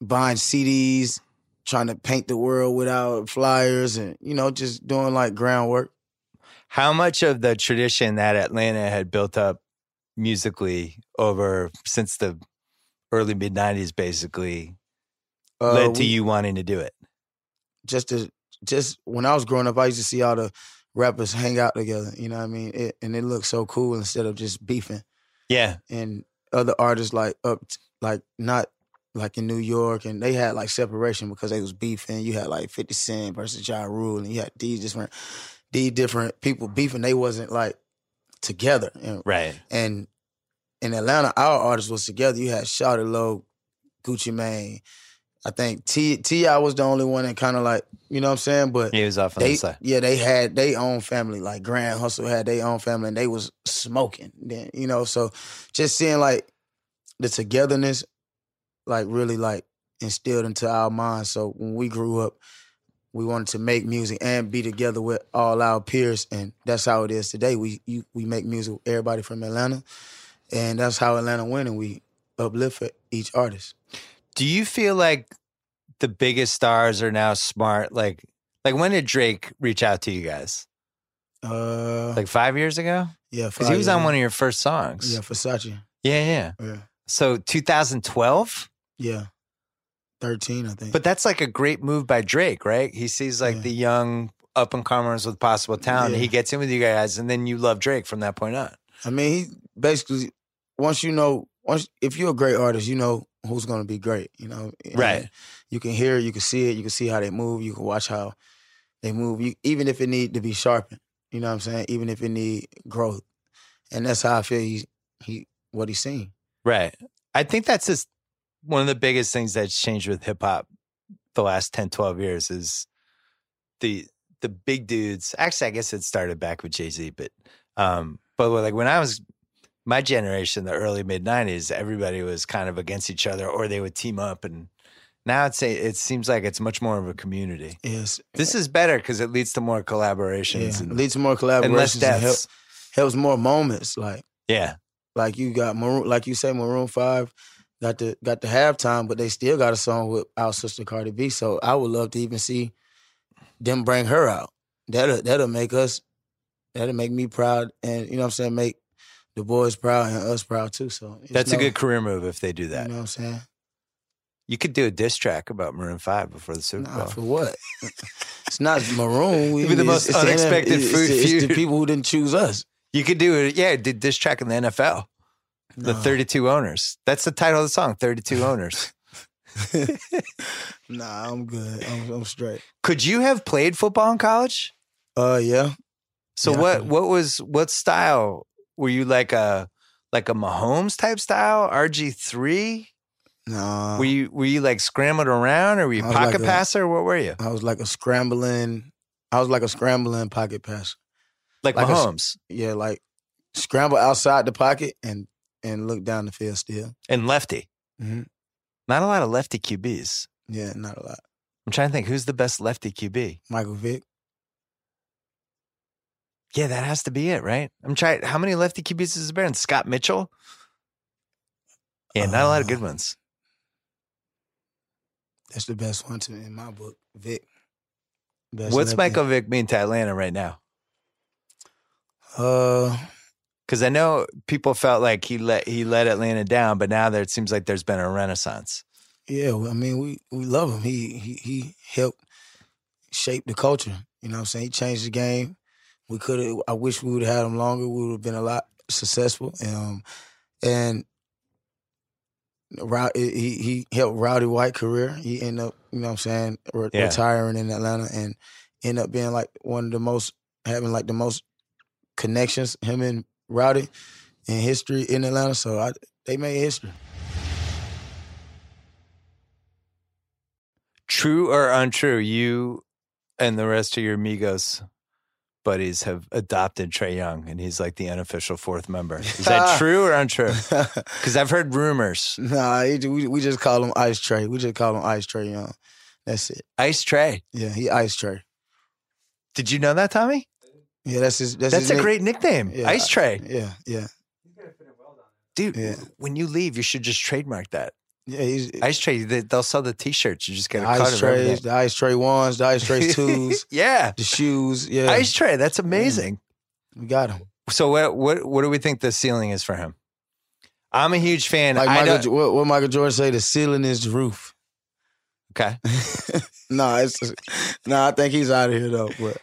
Speaker 3: buying CDs, trying to paint the world without flyers, and you know, just doing like groundwork.
Speaker 2: How much of the tradition that Atlanta had built up musically over since the early mid '90s, basically,
Speaker 3: Uh,
Speaker 2: led to
Speaker 3: we-
Speaker 2: you wanting to do it?
Speaker 3: just to just when I was growing up, I used to see all the rappers hang out together. You know what I mean? It, and it looked so cool instead of just beefing.
Speaker 2: Yeah,
Speaker 3: And other artists like up t- like not like in New York, and they had like separation because they was beefing. You had like Fifty Cent versus Ja Rule, and you had these different these different people beefing. They wasn't like together. And
Speaker 2: right.
Speaker 3: and in Atlanta, our artists was together. You had Shawty Low, Gucci Mane. I think T T I was the only one that kind of like you know what I'm saying, but
Speaker 2: He was off on
Speaker 3: they
Speaker 2: the side.
Speaker 3: yeah they had their own family like Grand Hustle had their own family and they was smoking then you know so just seeing like the togetherness like really like instilled into our minds. So when we grew up, we wanted to make music and be together with all our peers, and that's how it is today. We you, we make music with everybody from Atlanta, and that's how Atlanta went, and we uplift for each artist.
Speaker 2: Do you feel like the biggest stars are now smart? Like, like when did Drake reach out to you guys?
Speaker 3: Uh,
Speaker 2: Like five years ago?
Speaker 3: yeah,
Speaker 2: Because he was on one of your first songs.
Speaker 3: yeah Versace,
Speaker 2: Yeah, yeah.
Speaker 3: yeah,
Speaker 2: So 2012.
Speaker 3: yeah, thirteen I think.
Speaker 2: But that's like a great move by Drake, right? He sees like
Speaker 3: Yeah.
Speaker 2: the young up and comers with possible talent.
Speaker 3: Yeah.
Speaker 2: He gets in with you guys, and then you love Drake from that point on.
Speaker 3: I mean, he basically once you know once if you're a great artist, you know who's gonna be great. You know, And
Speaker 2: Right.
Speaker 3: You can hear, it, you can see it, you can see how they move, you can watch how they move. You, even if it need to be sharpened, you know what I'm saying. Even if it need growth, and that's how I feel. He he what he's seen.
Speaker 2: Right. I think that's just one of the biggest things that's changed with hip hop the last 10, 12 years is the the big dudes. Actually, I guess it started back with Jay Z, but um, but like when I was my generation, the early mid '90s, everybody was kind of against each other, or they would team up. And now it's a, it seems like it's much more of a community.
Speaker 3: Yes.
Speaker 2: This is better because it leads to more collaborations
Speaker 3: yeah.
Speaker 2: and,
Speaker 3: leads to more
Speaker 2: and less
Speaker 3: collaborations. And help,
Speaker 2: deaths.
Speaker 3: helps more moments. Like
Speaker 2: Yeah,
Speaker 3: like you got maroon, like you say, Maroon Five got the got the halftime, but they still got a song with our sister Cardi B. So I would love to even see them bring her out. That'll that'll make us that'll make me proud, and you know what I'm saying, make the boys proud and us proud too. So it's
Speaker 2: that's
Speaker 3: no-
Speaker 2: a good career move if they do
Speaker 3: You
Speaker 2: that.
Speaker 3: know what I'm saying?
Speaker 2: You could do a diss track about Maroon Five before the Super
Speaker 3: Nah,
Speaker 2: Bowl.
Speaker 3: for what? it's not maroon. We,
Speaker 2: It'd be the most
Speaker 3: N-
Speaker 2: unexpected
Speaker 3: it's,
Speaker 2: food
Speaker 3: It's, the
Speaker 2: feud.
Speaker 3: people who didn't choose us.
Speaker 2: You could do it. Yeah, did diss track in the NFL. The
Speaker 3: Nah.
Speaker 2: 32 owners. That's the title of the song. 32 owners.
Speaker 3: Nah, I'm good. I'm, I'm straight.
Speaker 2: Could you have played football in college?
Speaker 3: Uh, yeah.
Speaker 2: So
Speaker 3: Yeah, I
Speaker 2: what?
Speaker 3: could've.
Speaker 2: What was what style? Were you like a like a Mahomes type style? RG three?
Speaker 3: Nah.
Speaker 2: Were you were you like scrambling around, or were you
Speaker 3: Uh-huh. I was like
Speaker 2: pocket
Speaker 3: a-
Speaker 2: passer? What were you?
Speaker 3: I was like a scrambling. I was like a scrambling pocket passer.
Speaker 2: Like,
Speaker 3: like a-
Speaker 2: Mahomes
Speaker 3: Yeah, like scramble outside the pocket and and look down the field still.
Speaker 2: and lefty.
Speaker 3: Mm-hmm.
Speaker 2: Not a lot of lefty QBs.
Speaker 3: Yeah, not a lot.
Speaker 2: I'm trying to think who's the best lefty QB.
Speaker 3: Michael Vick.
Speaker 2: Yeah, that has to be it, right? I'm trying. How many lefty QBs is there? And Scott Mitchell. Yeah, not a lot of good
Speaker 3: Uh,
Speaker 2: ones.
Speaker 3: That's the best one to in my book. Vick. Best
Speaker 2: What's
Speaker 3: lefty.
Speaker 2: Michael Vick mean to Atlanta right now?
Speaker 3: Uh,
Speaker 2: Because I know people felt like he let he let Atlanta down, but now there it seems like there's been a renaissance.
Speaker 3: yeah. well, I mean, we we love him. He he he helped shape the culture. You know what I'm saying? He changed the game. We could have. I wish we would have had him longer. We would have been a lot successful. Um, and Rou- he he helped Rowdy White career. He ended up, you know, what I'm saying, re-
Speaker 2: Yeah.
Speaker 3: retiring in Atlanta and end up being like one of the most having like the most connections him and Rowdy in history in Atlanta. So I, they made history.
Speaker 2: True or untrue, you and the rest of your Migos buddies have adopted Trey Young, and he's like the unofficial fourth member. Is that true or untrue? Because I've heard rumors.
Speaker 3: nah, he, we we just call him Ice Tray. We just call him Ice Tray Young. That's it.
Speaker 2: Ice Trey.
Speaker 3: Yeah, he Ice Tray.
Speaker 2: Did you know that, Tommy?
Speaker 3: Yeah, that's his. That's,
Speaker 2: That's
Speaker 3: his
Speaker 2: a
Speaker 3: nick-
Speaker 2: great nickname.
Speaker 3: Yeah.
Speaker 2: Ice Tray.
Speaker 3: Yeah, yeah.
Speaker 2: dude.
Speaker 3: Yeah.
Speaker 2: When you leave, you should just trademark that.
Speaker 3: Yeah, he's,
Speaker 2: Ice tray, they, they'll sell the T-shirts. You just
Speaker 3: the
Speaker 2: gotta cut
Speaker 3: ice
Speaker 2: 'em every
Speaker 3: trays,
Speaker 2: day.
Speaker 3: the ice tray ones, the ice tray twos,
Speaker 2: yeah.
Speaker 3: the shoes. Yeah,
Speaker 2: ice tray. That's amazing.
Speaker 3: we got him.
Speaker 2: So what? What? What do we think the ceiling is for him? I'm a huge fan.
Speaker 3: Like
Speaker 2: I
Speaker 3: Michael,
Speaker 2: know-
Speaker 3: Jo- what, what Michael Jordan say? The ceiling is the roof.
Speaker 2: okay.
Speaker 3: nah, it's nah. I think he's out of here though. But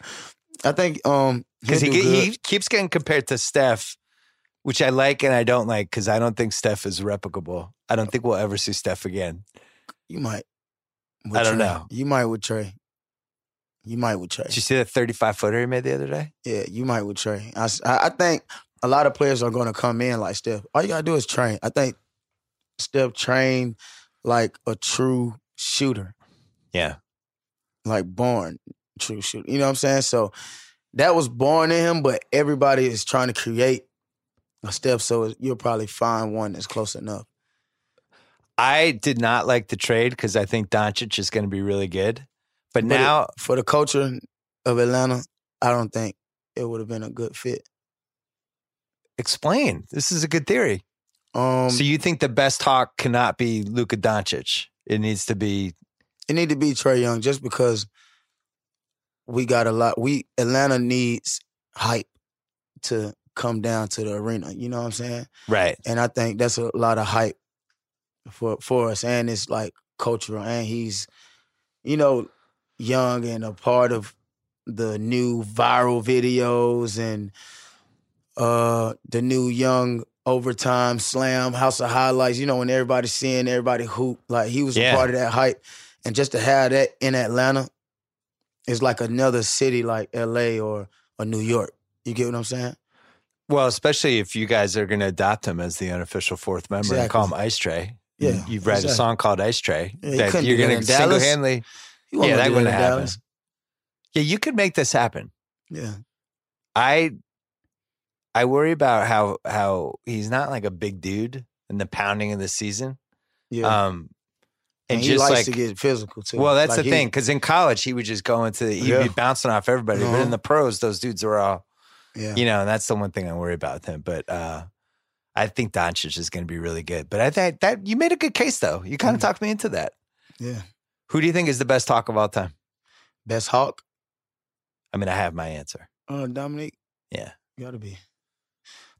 Speaker 3: I think um
Speaker 2: because he
Speaker 3: he'll do
Speaker 2: get,
Speaker 3: good.
Speaker 2: he keeps getting compared to Steph, which I like and I don't like because I don't think Steph is replicable. I don't think we'll ever see Steph again.
Speaker 3: you might. with
Speaker 2: I don't
Speaker 3: Trey.
Speaker 2: know.
Speaker 3: You might with Trey. You might with Trey.
Speaker 2: Did you see that thirty-five footer he made the other day?
Speaker 3: Yeah, you might with Trey. I, s- I- I think a lot of players are going to come in like Steph. All you got to do is train. I think Steph trained like a true shooter,
Speaker 2: Yeah,
Speaker 3: like born true shooter. You know what I'm saying? So that was born in him, but everybody is trying to create a Steph. So you'll probably find one that's close enough.
Speaker 2: I did not like the trade because I think Doncic is going to be really good, but,
Speaker 3: But it-
Speaker 2: now
Speaker 3: for the culture of Atlanta, I don't think it would have been a good fit.
Speaker 2: explain. This is a good theory.
Speaker 3: Um,
Speaker 2: so you think the best hawk cannot be Luka Doncic? It needs to be
Speaker 3: It need to be Trey Young just because we got a lot. We Atlanta needs hype to come down to the arena. You know what I'm saying?
Speaker 2: right.
Speaker 3: And I think that's a lot of hype for for us. And it's like cultural. And he's, you know, young and a part of the new viral videos and uh the new young overtime slam house of highlights. You know, when everybody's seeing everybody hoop, like he was
Speaker 2: Yeah.
Speaker 3: a part of that hype. And just to have that in Atlanta is like another city like LA or or New York. You get what I'm saying?
Speaker 2: Well, especially if you guys are going to adopt him as the unofficial fourth member and call him Ice Tray.
Speaker 3: Yeah,
Speaker 2: You- You've write a
Speaker 3: exactly.
Speaker 2: song called Ice Tray
Speaker 3: Yeah, you
Speaker 2: that
Speaker 3: couldn't
Speaker 2: you're
Speaker 3: do that
Speaker 2: going
Speaker 3: in
Speaker 2: to
Speaker 3: Dallas.
Speaker 2: single handedly. Yeah,
Speaker 3: You wanna
Speaker 2: that
Speaker 3: do
Speaker 2: wouldn't
Speaker 3: in
Speaker 2: happen.
Speaker 3: Dallas?
Speaker 2: Yeah, you could make this happen.
Speaker 3: Yeah.
Speaker 2: I I worry about how how he's not like a big dude in the pounding of the season.
Speaker 3: Yeah.
Speaker 2: Um
Speaker 3: and,
Speaker 2: and,
Speaker 3: he
Speaker 2: just
Speaker 3: likes
Speaker 2: like
Speaker 3: to get physical too.
Speaker 2: well, that's
Speaker 3: Like
Speaker 2: the
Speaker 3: he-
Speaker 2: thing because in college he would just go into the, he'd
Speaker 3: Yeah.
Speaker 2: be bouncing off everybody, but
Speaker 3: Uh-huh.
Speaker 2: in the pros those dudes are all
Speaker 3: Yeah,
Speaker 2: you know, and that's the one thing I worry about with him. But uh, I think Doncic is going to be really good. But I think that you made a good case, though. You kind of
Speaker 3: Mhm.
Speaker 2: talked me into that.
Speaker 3: yeah.
Speaker 2: Who do you think is the best talk of all time?
Speaker 3: Best Hawk,
Speaker 2: I mean, I have my answer.
Speaker 3: uh, Dominique.
Speaker 2: Yeah. Uh,
Speaker 3: gotta be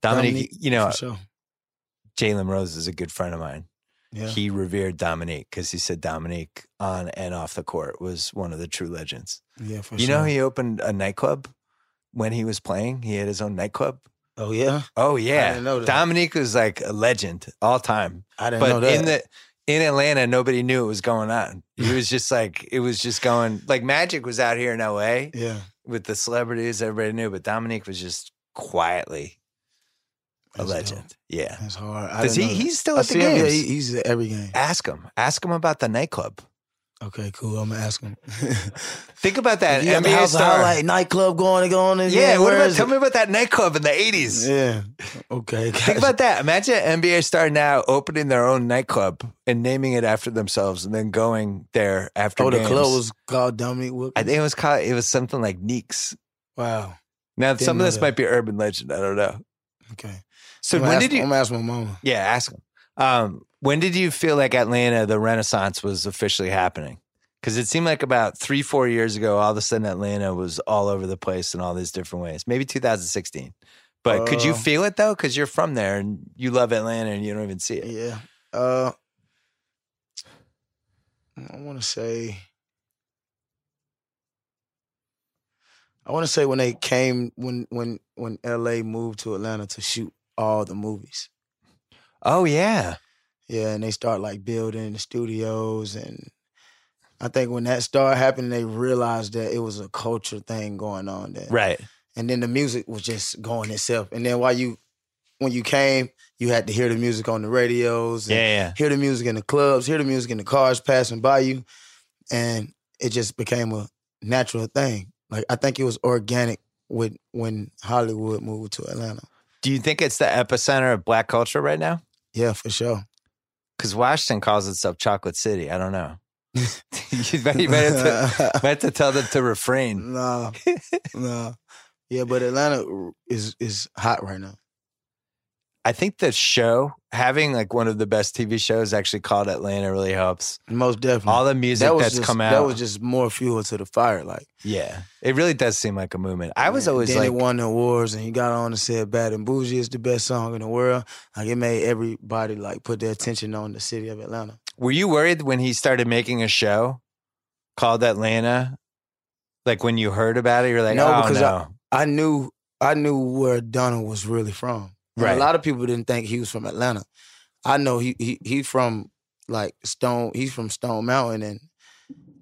Speaker 2: Dominique,
Speaker 3: Dominique,
Speaker 2: you know,
Speaker 3: for sure.
Speaker 2: Jalen Rose is a good friend of mine.
Speaker 3: Yeah,
Speaker 2: He revered Dominique because he said Dominique on and off the court was one of the true legends.
Speaker 3: yeah, for
Speaker 2: you
Speaker 3: sure.
Speaker 2: know, he opened a nightclub when he was playing. He had his own nightclub.
Speaker 3: oh yeah,
Speaker 2: Oh
Speaker 3: I
Speaker 2: yeah,
Speaker 3: didn't know that.
Speaker 2: Dominique was like a legend all time.
Speaker 3: I didn't know
Speaker 2: but
Speaker 3: that.
Speaker 2: in the in Atlanta, nobody knew it was going on. It was just like it was just going like Magic was out here in LA
Speaker 3: yeah,
Speaker 2: with the celebrities, everybody knew, but Dominique was just quietly a
Speaker 3: That's
Speaker 2: legend.
Speaker 3: dope.
Speaker 2: Yeah.
Speaker 3: That's hard. I
Speaker 2: Does he
Speaker 3: didn't know that.
Speaker 2: he's still
Speaker 3: I
Speaker 2: at the
Speaker 3: see him. Yeah,
Speaker 2: games?
Speaker 3: he, he's at every game.
Speaker 2: ask him. Ask him about the nightclub.
Speaker 3: Okay, cool. I'm gonna ask him.
Speaker 2: Think about that.
Speaker 3: you got the
Speaker 2: NBA
Speaker 3: house
Speaker 2: star.
Speaker 3: highlight nightclub going and going. And
Speaker 2: yeah, what
Speaker 3: where
Speaker 2: about
Speaker 3: is
Speaker 2: tell
Speaker 3: it?
Speaker 2: me about that nightclub in the eighties?
Speaker 3: Yeah. Okay.
Speaker 2: Think about that. Imagine an NBA star now opening their own nightclub and naming it after themselves and then going there after
Speaker 3: Oh, the
Speaker 2: games.
Speaker 3: club was called Dominique Wilkins.
Speaker 2: I think it was called it was something like Neeks.
Speaker 3: Wow.
Speaker 2: Now,
Speaker 3: Didn't
Speaker 2: some of
Speaker 3: know
Speaker 2: this
Speaker 3: that.
Speaker 2: might be urban legend. I don't know.
Speaker 3: Okay.
Speaker 2: So
Speaker 3: I'm
Speaker 2: when
Speaker 3: gonna
Speaker 2: did
Speaker 3: ask- I'm
Speaker 2: you?
Speaker 3: gonna ask my mama.
Speaker 2: Yeah, ask him. Um, when did you feel like Atlanta, the Renaissance, was officially happening? Because it seemed like about three, four years ago, all of a sudden Atlanta was all over the place in all these different ways. Maybe 2016. But could you
Speaker 3: Uh,
Speaker 2: feel it though? Because you're from there and you love Atlanta and you don't even see it.
Speaker 3: Yeah. Uh, I want to say. I want to say when they came when when when L.A. moved to Atlanta to shoot all the movies.
Speaker 2: Oh yeah,
Speaker 3: Yeah, and they start like building the studios and. I think when that started happening, they realized that it was a culture thing going on there.
Speaker 2: right.
Speaker 3: And then the music was just going itself. And then while you, when you came, you had to hear the music on the radios. and
Speaker 2: Yeah, yeah.
Speaker 3: hear the music in the clubs, hear the music in the cars passing by you, and it just became a natural thing. Like I think it was organic with when Hollywood moved to Atlanta.
Speaker 2: Do you think it's the epicenter of Black culture right now?
Speaker 3: Yeah, for sure.
Speaker 2: Because Washington calls itself Chocolate City. I don't know. you might, you might have to, might have to tell them to refrain.
Speaker 3: nah, nah. Yeah, but Atlanta is is hot right now.
Speaker 2: I think the show having like one of the best TV shows actually called Atlanta really helps.
Speaker 3: Most definitely.
Speaker 2: All the music
Speaker 3: Hmm. that was
Speaker 2: that's
Speaker 3: just,
Speaker 2: come out,
Speaker 3: That was just more fuel to the fire. Like
Speaker 2: yeah, it really does seem like a movement. I was
Speaker 3: And
Speaker 2: always
Speaker 3: then
Speaker 2: like,
Speaker 3: it won the awards, and he got on and said, "Bad and Bougie is the best song in the world." Like it made everybody like put their attention on the city of Atlanta.
Speaker 2: Were you worried when he started making a show called Atlanta? Like when you heard about it, you're like,
Speaker 3: No,
Speaker 2: oh
Speaker 3: because
Speaker 2: no,
Speaker 3: I knew I knew where Donald was really from. And
Speaker 2: Right.
Speaker 3: A lot of people didn't think he was from Atlanta. I know he he he from like Stone. He's from Stone Mountain, and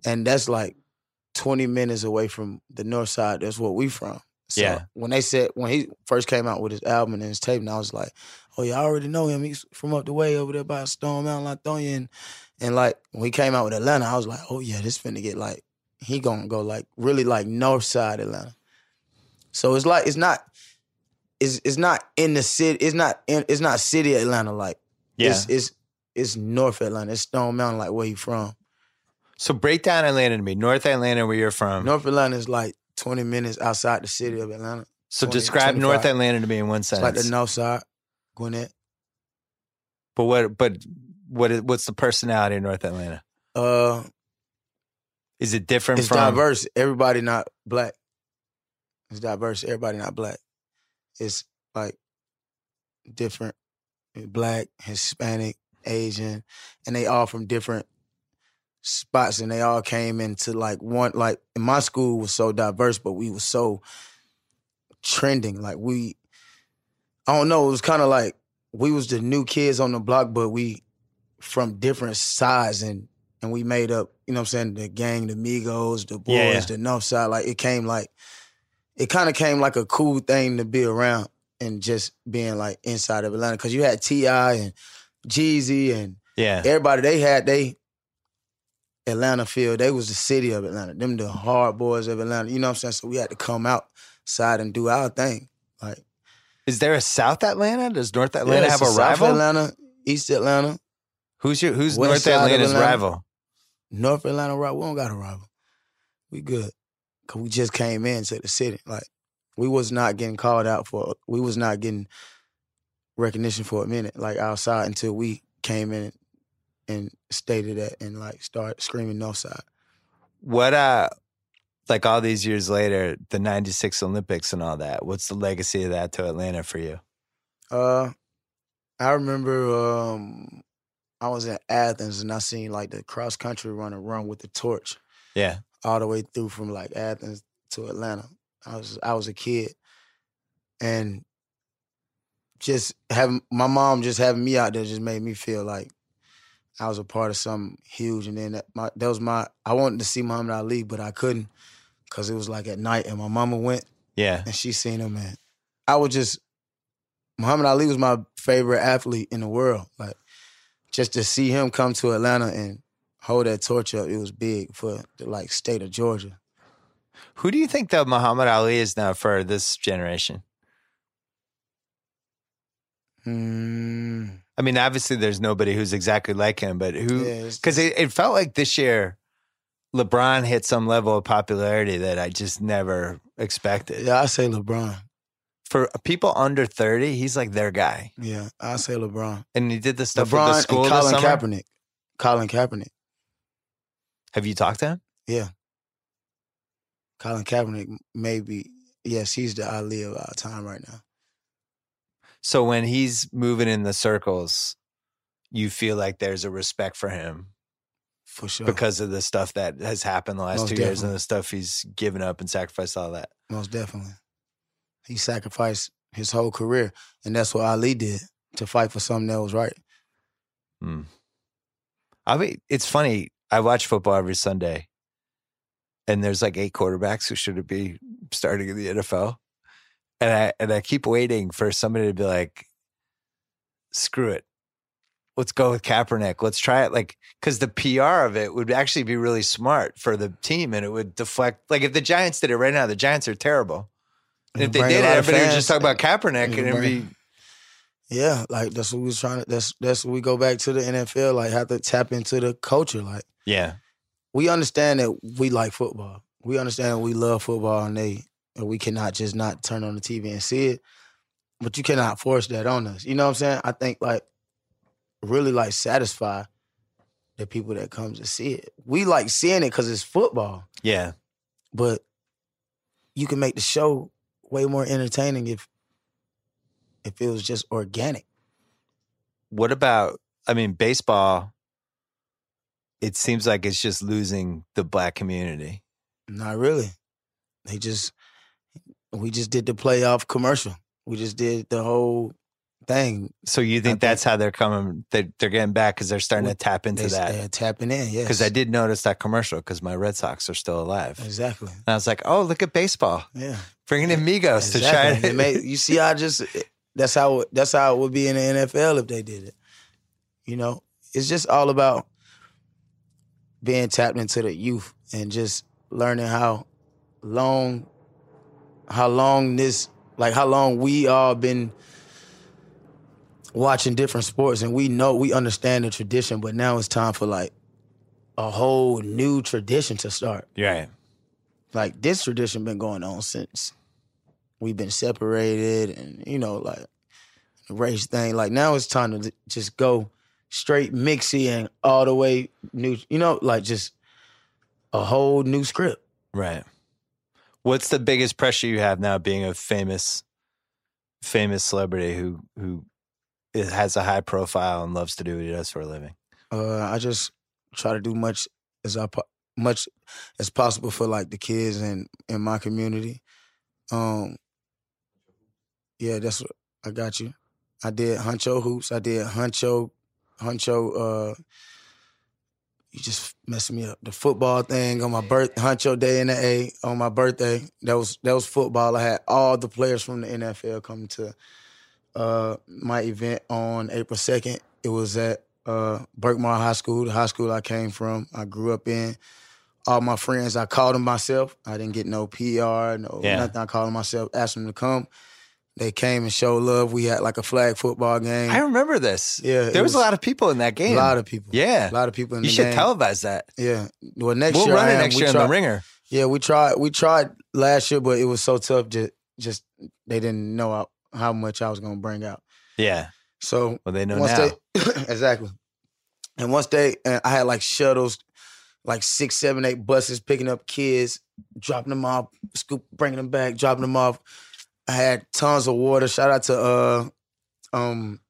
Speaker 3: and that's like twenty minutes away from the North Side. That's where we from. So
Speaker 2: Yeah.
Speaker 3: When they said when he first came out with his album and his tape, and I was like, oh yeah, I already know him. He's from up the way over there by Stone Mountain, Lithonia, and and like when he came out with Atlanta, I was like, oh yeah, this finna get like he gonna go like really like north side Atlanta. So it's like it's not it's it's not in the city it's not in it's not city Atlanta like
Speaker 2: yeah.
Speaker 3: it's it's it's north Atlanta, it's Stone Mountain like where you from.
Speaker 2: so break down Atlanta to me, North Atlanta, where you're from.
Speaker 3: North Atlanta is like twenty minutes outside the city of Atlanta.
Speaker 2: so
Speaker 3: 20,
Speaker 2: describe North
Speaker 3: 25.
Speaker 2: Atlanta to me in one
Speaker 3: It's
Speaker 2: sentence.
Speaker 3: like the north side, Gwinnett.
Speaker 2: but what? But what? Is, what's the personality of North Atlanta?
Speaker 3: Uh
Speaker 2: Is it different
Speaker 3: it's
Speaker 2: from?
Speaker 3: diverse. Everybody not black. It's diverse. Everybody not black. It's like different. Black, Hispanic, Asian, and they all from different spots, and they all came into like one. Like my school was so diverse, but we was so trending. Like we, I don't know. It was kind of like we was the new kids on the block, but we from different sides and and we made up, you know what I'm saying, the gang, the Migos, the boys,
Speaker 2: Yeah, yeah.
Speaker 3: the North Side. Like it came like it kind of came like a cool thing to be around and just being like inside of Atlanta. Cause you had T.I. and Jeezy and
Speaker 2: Yeah,
Speaker 3: everybody they had they Atlanta feel. They was the city of Atlanta. Them the hard boys of Atlanta. You know what I'm saying? So we had to come outside and do our thing. Like
Speaker 2: is there a South Atlanta? Does North Atlanta
Speaker 3: yeah,
Speaker 2: have
Speaker 3: it's
Speaker 2: a
Speaker 3: the South
Speaker 2: rival?
Speaker 3: Atlanta, East Atlanta,
Speaker 2: Who's your? Who's
Speaker 3: West
Speaker 2: North
Speaker 3: side of
Speaker 2: Atlanta's
Speaker 3: Atlanta.
Speaker 2: rival?
Speaker 3: North Atlanta rival. We don't got a rival. We good. Cause we just came into the city. Like we was not getting called out for we was not getting recognition for a minute, like outside until we came in and stated that and like start screaming north side.
Speaker 2: what uh like all these years later the 96 olympics and all that what's the legacy of that to atlanta for you
Speaker 3: Uh, I remember um, I was in Athens and I seen like the cross country runner run with the torch
Speaker 2: yeah
Speaker 3: all the way through from like Athens to Atlanta. I was I was a kid, and just having my mom just having me out there just made me feel like I was a part of something huge. And then that, my, that was my I wanted to see Muhammad Ali, but I couldn't because it was like at night, and my mama went
Speaker 2: yeah
Speaker 3: and she seen him and I was just Muhammad Ali was my favorite athlete in the world. Like just to see him come to Atlanta and hold that torch up, it was big for the like state of Georgia.
Speaker 2: who do you think that muhammad ali is now for this generation
Speaker 3: Hmm.
Speaker 2: i mean obviously there's nobody who's exactly like him but who
Speaker 3: Yeah, it's-
Speaker 2: because it, it felt like this year lebron hit some level of popularity that i just never expected Uh,
Speaker 3: yeah, I say LeBron.
Speaker 2: for people under 30 he's like their guy
Speaker 3: Yeah, I say LeBron.
Speaker 2: and he did the stuff with the
Speaker 3: LeBron
Speaker 2: school
Speaker 3: and
Speaker 2: this
Speaker 3: Colin
Speaker 2: summer
Speaker 3: Kaepernick. Colin Kaepernick.
Speaker 2: have you talked to him
Speaker 3: Colin Kaepernick maybe yes, he's the Ali of our time right now.
Speaker 2: So when he's moving in the circles, you feel like there's a respect for him
Speaker 3: For sure.
Speaker 2: because of the stuff that has happened the last
Speaker 3: Most
Speaker 2: two years and
Speaker 3: definitely.
Speaker 2: the stuff he's given up and sacrificed all that.
Speaker 3: Most definitely. He sacrificed his whole career, and that's what Ali did to fight for something that was right.
Speaker 2: I mean, it's funny. I watch football every Sunday, and there's like eight quarterbacks who should be starting in the NFL, and I and I keep waiting for somebody to be like, "Screw it, let's go with Kaepernick. Let's try it." Like, because the PR of it would actually be really smart for the team, and it would deflect. Like, if the Giants did it right now, the Giants are terrible. And if they
Speaker 3: Bring a
Speaker 2: did it,
Speaker 3: lot of
Speaker 2: everybody would
Speaker 3: fans.
Speaker 2: just talk about Kaepernick, and it'd be
Speaker 3: Bring- Yeah, like that's what we was trying to. That's that's what we go back to the NFL. Like have to tap into the culture. Like
Speaker 2: yeah,
Speaker 3: we understand that we like football. We understand that we love football, and they and we cannot just not turn on the TV and see it. but you cannot force that on us. You know what I'm saying? I think like really like satisfy the people that come to see it. We like seeing it because it's football,
Speaker 2: Yeah.
Speaker 3: but you can make the show way more entertaining if if it was just organic.
Speaker 2: What about, I mean, baseball, it seems like it's just losing the black community.
Speaker 3: Not really. They just we just did the playoff commercial. We just did the whole thing.
Speaker 2: So you think
Speaker 3: think-
Speaker 2: that's how they're coming? They, they're getting back because they're starting to
Speaker 3: Well,
Speaker 2: tap into
Speaker 3: They,
Speaker 2: that.
Speaker 3: they're tapping in, yes.
Speaker 2: Because I did notice that commercial because my Red Sox are still alive. And
Speaker 3: exactly.
Speaker 2: I was like, oh, look at baseball
Speaker 3: Yeah.
Speaker 2: bringing in Migos to
Speaker 3: Exactly.
Speaker 2: try
Speaker 3: It
Speaker 2: to
Speaker 3: may- you see, I just that's how that's how it would be in the NFL if they did it. You know, it's just all about being tapped into the youth and just learning how long, how long this, like how long we all been watching different sports and we know we understand the tradition, but now it's time for like a whole new tradition to start
Speaker 2: Right.
Speaker 3: like this tradition been going on since we've been separated and you know like the race thing like now it's time to just go straight mixy and all the way new you know like just a whole new script
Speaker 2: Right. What's the biggest pressure you have now being a famous famous celebrity who who is, has a high profile and loves to do what he does for a living?
Speaker 3: uh i just try to do much as i po- much as possible for like the kids and in my community um yeah that's what i got you i did huncho hoops i did huncho huncho uh you just messed me up. The football thing on my birth, Huncho Day in the A on my birthday. That was that was football. I had all the players from the NFL come to uh, my event on April second. It was at uh, Berkmar High School, the high school I came from. I grew up in. All my friends, I called them myself. I didn't get no PR, no
Speaker 2: Yeah.
Speaker 3: nothing. I called them myself, asked them to come. They came and showed love. We had like a flag football game.
Speaker 2: I remember this.
Speaker 3: Yeah, it
Speaker 2: There was, a
Speaker 3: was-
Speaker 2: lot of people in that game.
Speaker 3: a lot of people.
Speaker 2: Yeah.
Speaker 3: a lot of people. In
Speaker 2: you
Speaker 3: the
Speaker 2: should
Speaker 3: game.
Speaker 2: televise that.
Speaker 3: Yeah. Well, next
Speaker 2: We'll
Speaker 3: year
Speaker 2: run
Speaker 3: I
Speaker 2: it
Speaker 3: am.
Speaker 2: next
Speaker 3: we
Speaker 2: year
Speaker 3: tried,
Speaker 2: on the ringer.
Speaker 3: Yeah, we tried. We tried last year, but it was so tough. Just, just they didn't know how, how much I was gonna bring out.
Speaker 2: Yeah.
Speaker 3: So
Speaker 2: Well they know
Speaker 3: once
Speaker 2: now.
Speaker 3: they exactly, and once they, and I had like shuttles, like six, seven, eight buses picking up kids, dropping them off, scoop, bringing them back, dropping them off. I had tons of water. Shout out to uh, um,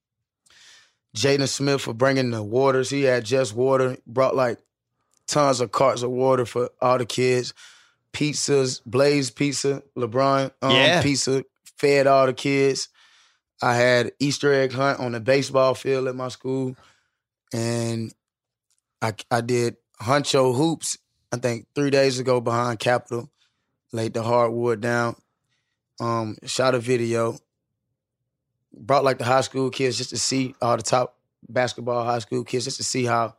Speaker 3: Jaden Smith for bringing the waters. He had just water. Brought like tons of carts of water for all the kids. Pizzas, Blaze Pizza, LeBron um,
Speaker 2: Yeah.
Speaker 3: Pizza fed all the kids. I had Easter egg hunt on the baseball field at my school, and I I did Huncho hoops. I think three days ago behind Capitol, laid the hardwood down. Um, shot a video. Brought like the high school kids just to see all the top basketball high school kids just to see how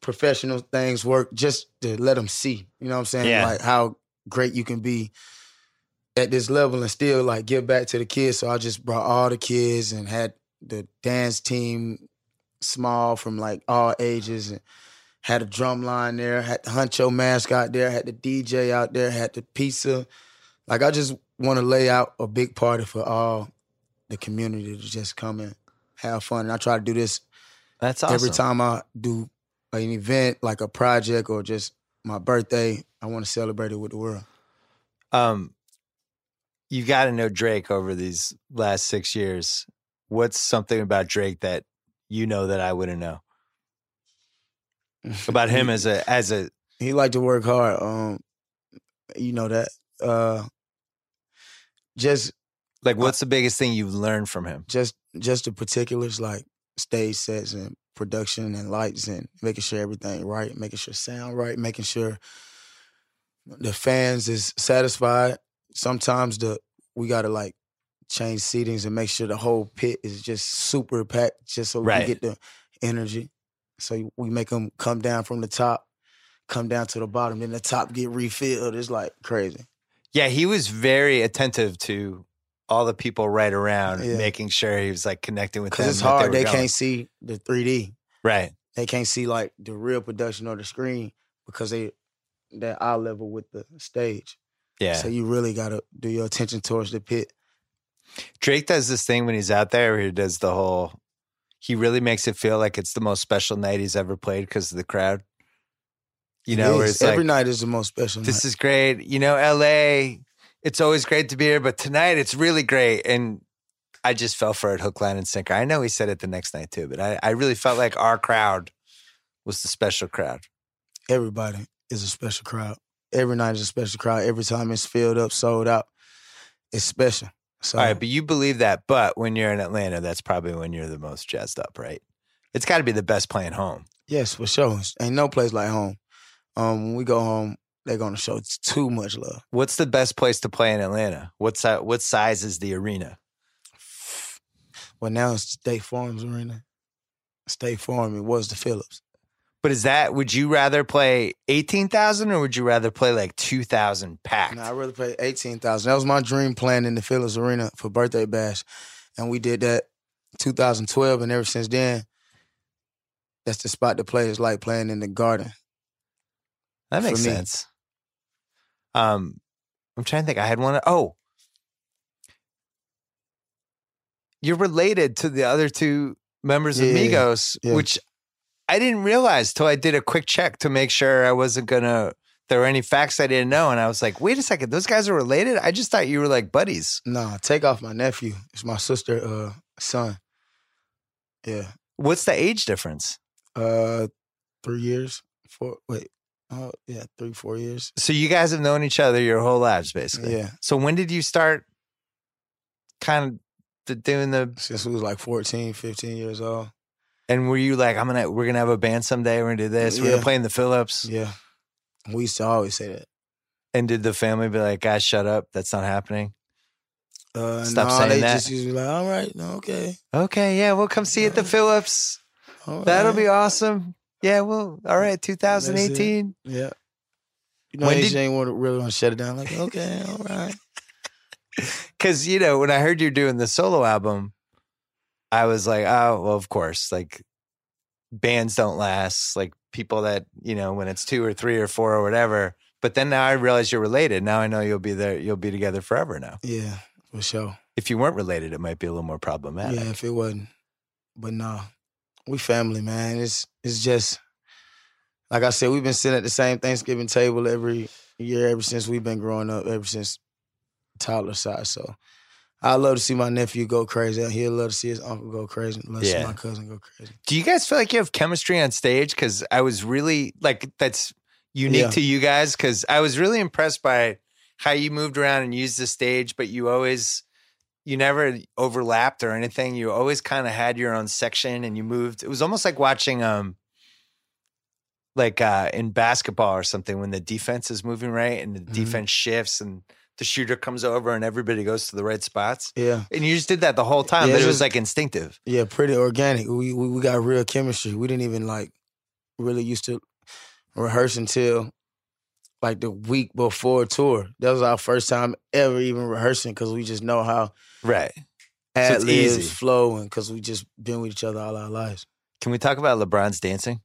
Speaker 3: professional things work, just to let them see. You know what I'm saying?
Speaker 2: Yeah.
Speaker 3: Like how great you can be at this level and still like give back to the kids. So I just brought all the kids and had the dance team small from like all ages and had a drum line there, had the huncho mascot there, had the DJ out there, had the pizza. Like I just want to lay out a big party for all the community to just come and have fun. And I try to do this
Speaker 2: That's awesome.
Speaker 3: every time I do an event, like a project or just my birthday. I want to celebrate it with the world.
Speaker 2: Um, you got to know Drake over these last six years. What's something about Drake that you know that I wouldn't know about him as a as a
Speaker 3: He liked to work hard. Um, you know that. Uh, just, Uh,
Speaker 2: like? What's the biggest thing you've learned from him?
Speaker 3: just, just the particulars like stage sets and production and lights and making sure everything right, making sure sound right, making sure the fans is satisfied. Sometimes the we gotta like change seatings and make sure the whole pit is just super packed, just so
Speaker 2: Right.
Speaker 3: we get the energy. So you- we make them come down from the top, come down to the bottom, then the top get refilled. It's like crazy.
Speaker 2: Yeah, he was very attentive to all the people right around,
Speaker 3: Yeah.
Speaker 2: making sure he was like connecting with them.
Speaker 3: Because it's
Speaker 2: that
Speaker 3: hard.
Speaker 2: were
Speaker 3: They,
Speaker 2: going.
Speaker 3: can't see the 3D.
Speaker 2: Right.
Speaker 3: They can't see like the real production or the screen because they they're eye level with the stage.
Speaker 2: Yeah.
Speaker 3: So you really gotta do your attention towards the pit.
Speaker 2: Drake does this thing when he's out there where he does the whole he really makes it feel like it's the most special night he's ever played because of the crowd. You know, where
Speaker 3: Yes,
Speaker 2: it's
Speaker 3: every
Speaker 2: like
Speaker 3: night is the most special.
Speaker 2: this
Speaker 3: night.
Speaker 2: is great. You know, LA, it's always great to be here, but tonight it's really great. And I just fell for it hook, line, and sinker. I know he said it the next night too, but I, I really felt like our crowd was the special crowd.
Speaker 3: everybody is a special crowd. Every night is a special crowd. Every time it's filled up, sold out, it's special. So
Speaker 2: All right, but you believe that, but when you're in Atlanta, that's probably when you're the most jazzed up, right? It's got to be the best playing home.
Speaker 3: yes, for sure, ain't no place like home. Um, when we go home, they're gonna show t- too much love.
Speaker 2: What's the best place to play in Atlanta? What si- what size is the arena?
Speaker 3: Well, now it's State Farms Arena. State Farm. It was the Phillips.
Speaker 2: But is that would you rather play eighteen thousand or would you rather play like two thousand packed?
Speaker 3: Now I rather play eighteen thousand. That was my dream plan in the Phillips Arena for birthday bash, and we did that 2012, and ever since then. That's the spot to play. It's like playing in the garden.
Speaker 2: that makes
Speaker 3: for me.
Speaker 2: sense. Um, I'm trying to think. I had one. Oh, you're related to the other two members of
Speaker 3: Yeah, yeah, yeah.
Speaker 2: Migos,
Speaker 3: Yeah.
Speaker 2: which I didn't realize till I did a quick check to make sure I wasn't gonna. There were any facts I didn't know, and I was like, "Wait a second, those guys are related." I just thought you were like buddies.
Speaker 3: Nah, take off my nephew. It's my sister, uh, son. Yeah.
Speaker 2: What's the age difference?
Speaker 3: Uh three years. Four wait. Oh yeah, three, four years.
Speaker 2: So you guys have known each other your whole lives, basically.
Speaker 3: Yeah.
Speaker 2: So when did you start kind of the, doing the?
Speaker 3: Since we was like 14, 15 years old.
Speaker 2: And were you like, I'm gonna, we're gonna have a band someday. We're gonna do this. We're gonna
Speaker 3: Yeah.
Speaker 2: play in the Phillips.
Speaker 3: Yeah. We used to always say that.
Speaker 2: And did the family be like, guys, shut up? That's not happening.
Speaker 3: Uh
Speaker 2: Stop
Speaker 3: no,
Speaker 2: saying
Speaker 3: they
Speaker 2: that.
Speaker 3: just used to be like, all right, no, okay.
Speaker 2: Okay, yeah, we'll come see you at the
Speaker 3: Yeah. Oh,
Speaker 2: Phillips.
Speaker 3: all
Speaker 2: That'll
Speaker 3: right."
Speaker 2: be awesome. Yeah, well, all right, 2018.
Speaker 3: Yeah. You know,
Speaker 2: When
Speaker 3: when
Speaker 2: did-
Speaker 3: did, really want to shut it down. Like, okay, all right.
Speaker 2: Because you know, when I heard you're doing the solo album, I was like, oh, well, of course. Like, bands don't last. Like people that you know, when it's two or three or four or whatever. But then now I realize you're related. Now I know you'll be there. You'll be together forever now.
Speaker 3: Yeah, for sure.
Speaker 2: If you weren't related, it might be a little more problematic.
Speaker 3: Yeah, if it wasn't. But nah, we family, man. It's it's just like I said, we've been sitting at the same Thanksgiving table every year ever since we've been growing up, ever since toddler size. So I love to see my nephew go crazy. He'll love to see his uncle go crazy. Love to
Speaker 2: Yeah.
Speaker 3: see my cousin go crazy.
Speaker 2: Do you guys feel like you have chemistry on stage? Because I was really like that's unique
Speaker 3: Yeah.
Speaker 2: to you guys. Because I was really impressed by how you moved around and used the stage, but you always you never overlapped or anything. You always kind of had your own section and you moved. It was almost like watching um like uh in basketball or something when the defense is moving right and the
Speaker 3: Mhm.
Speaker 2: defense shifts and the shooter comes over and everybody goes to the right spots.
Speaker 3: Yeah.
Speaker 2: And you just did that the whole time,
Speaker 3: Yeah,
Speaker 2: but
Speaker 3: it's
Speaker 2: it was
Speaker 3: just-
Speaker 2: like instinctive.
Speaker 3: Yeah, pretty organic. We, we we got real chemistry. We didn't even like really used to rehearse until like the week before tour. That was our first time ever even rehearsing because we just know how
Speaker 2: Right. So
Speaker 3: ad
Speaker 2: it's easy.
Speaker 3: libs flow and because we just been with each other all our lives.
Speaker 2: Can we talk about LeBron's dancing?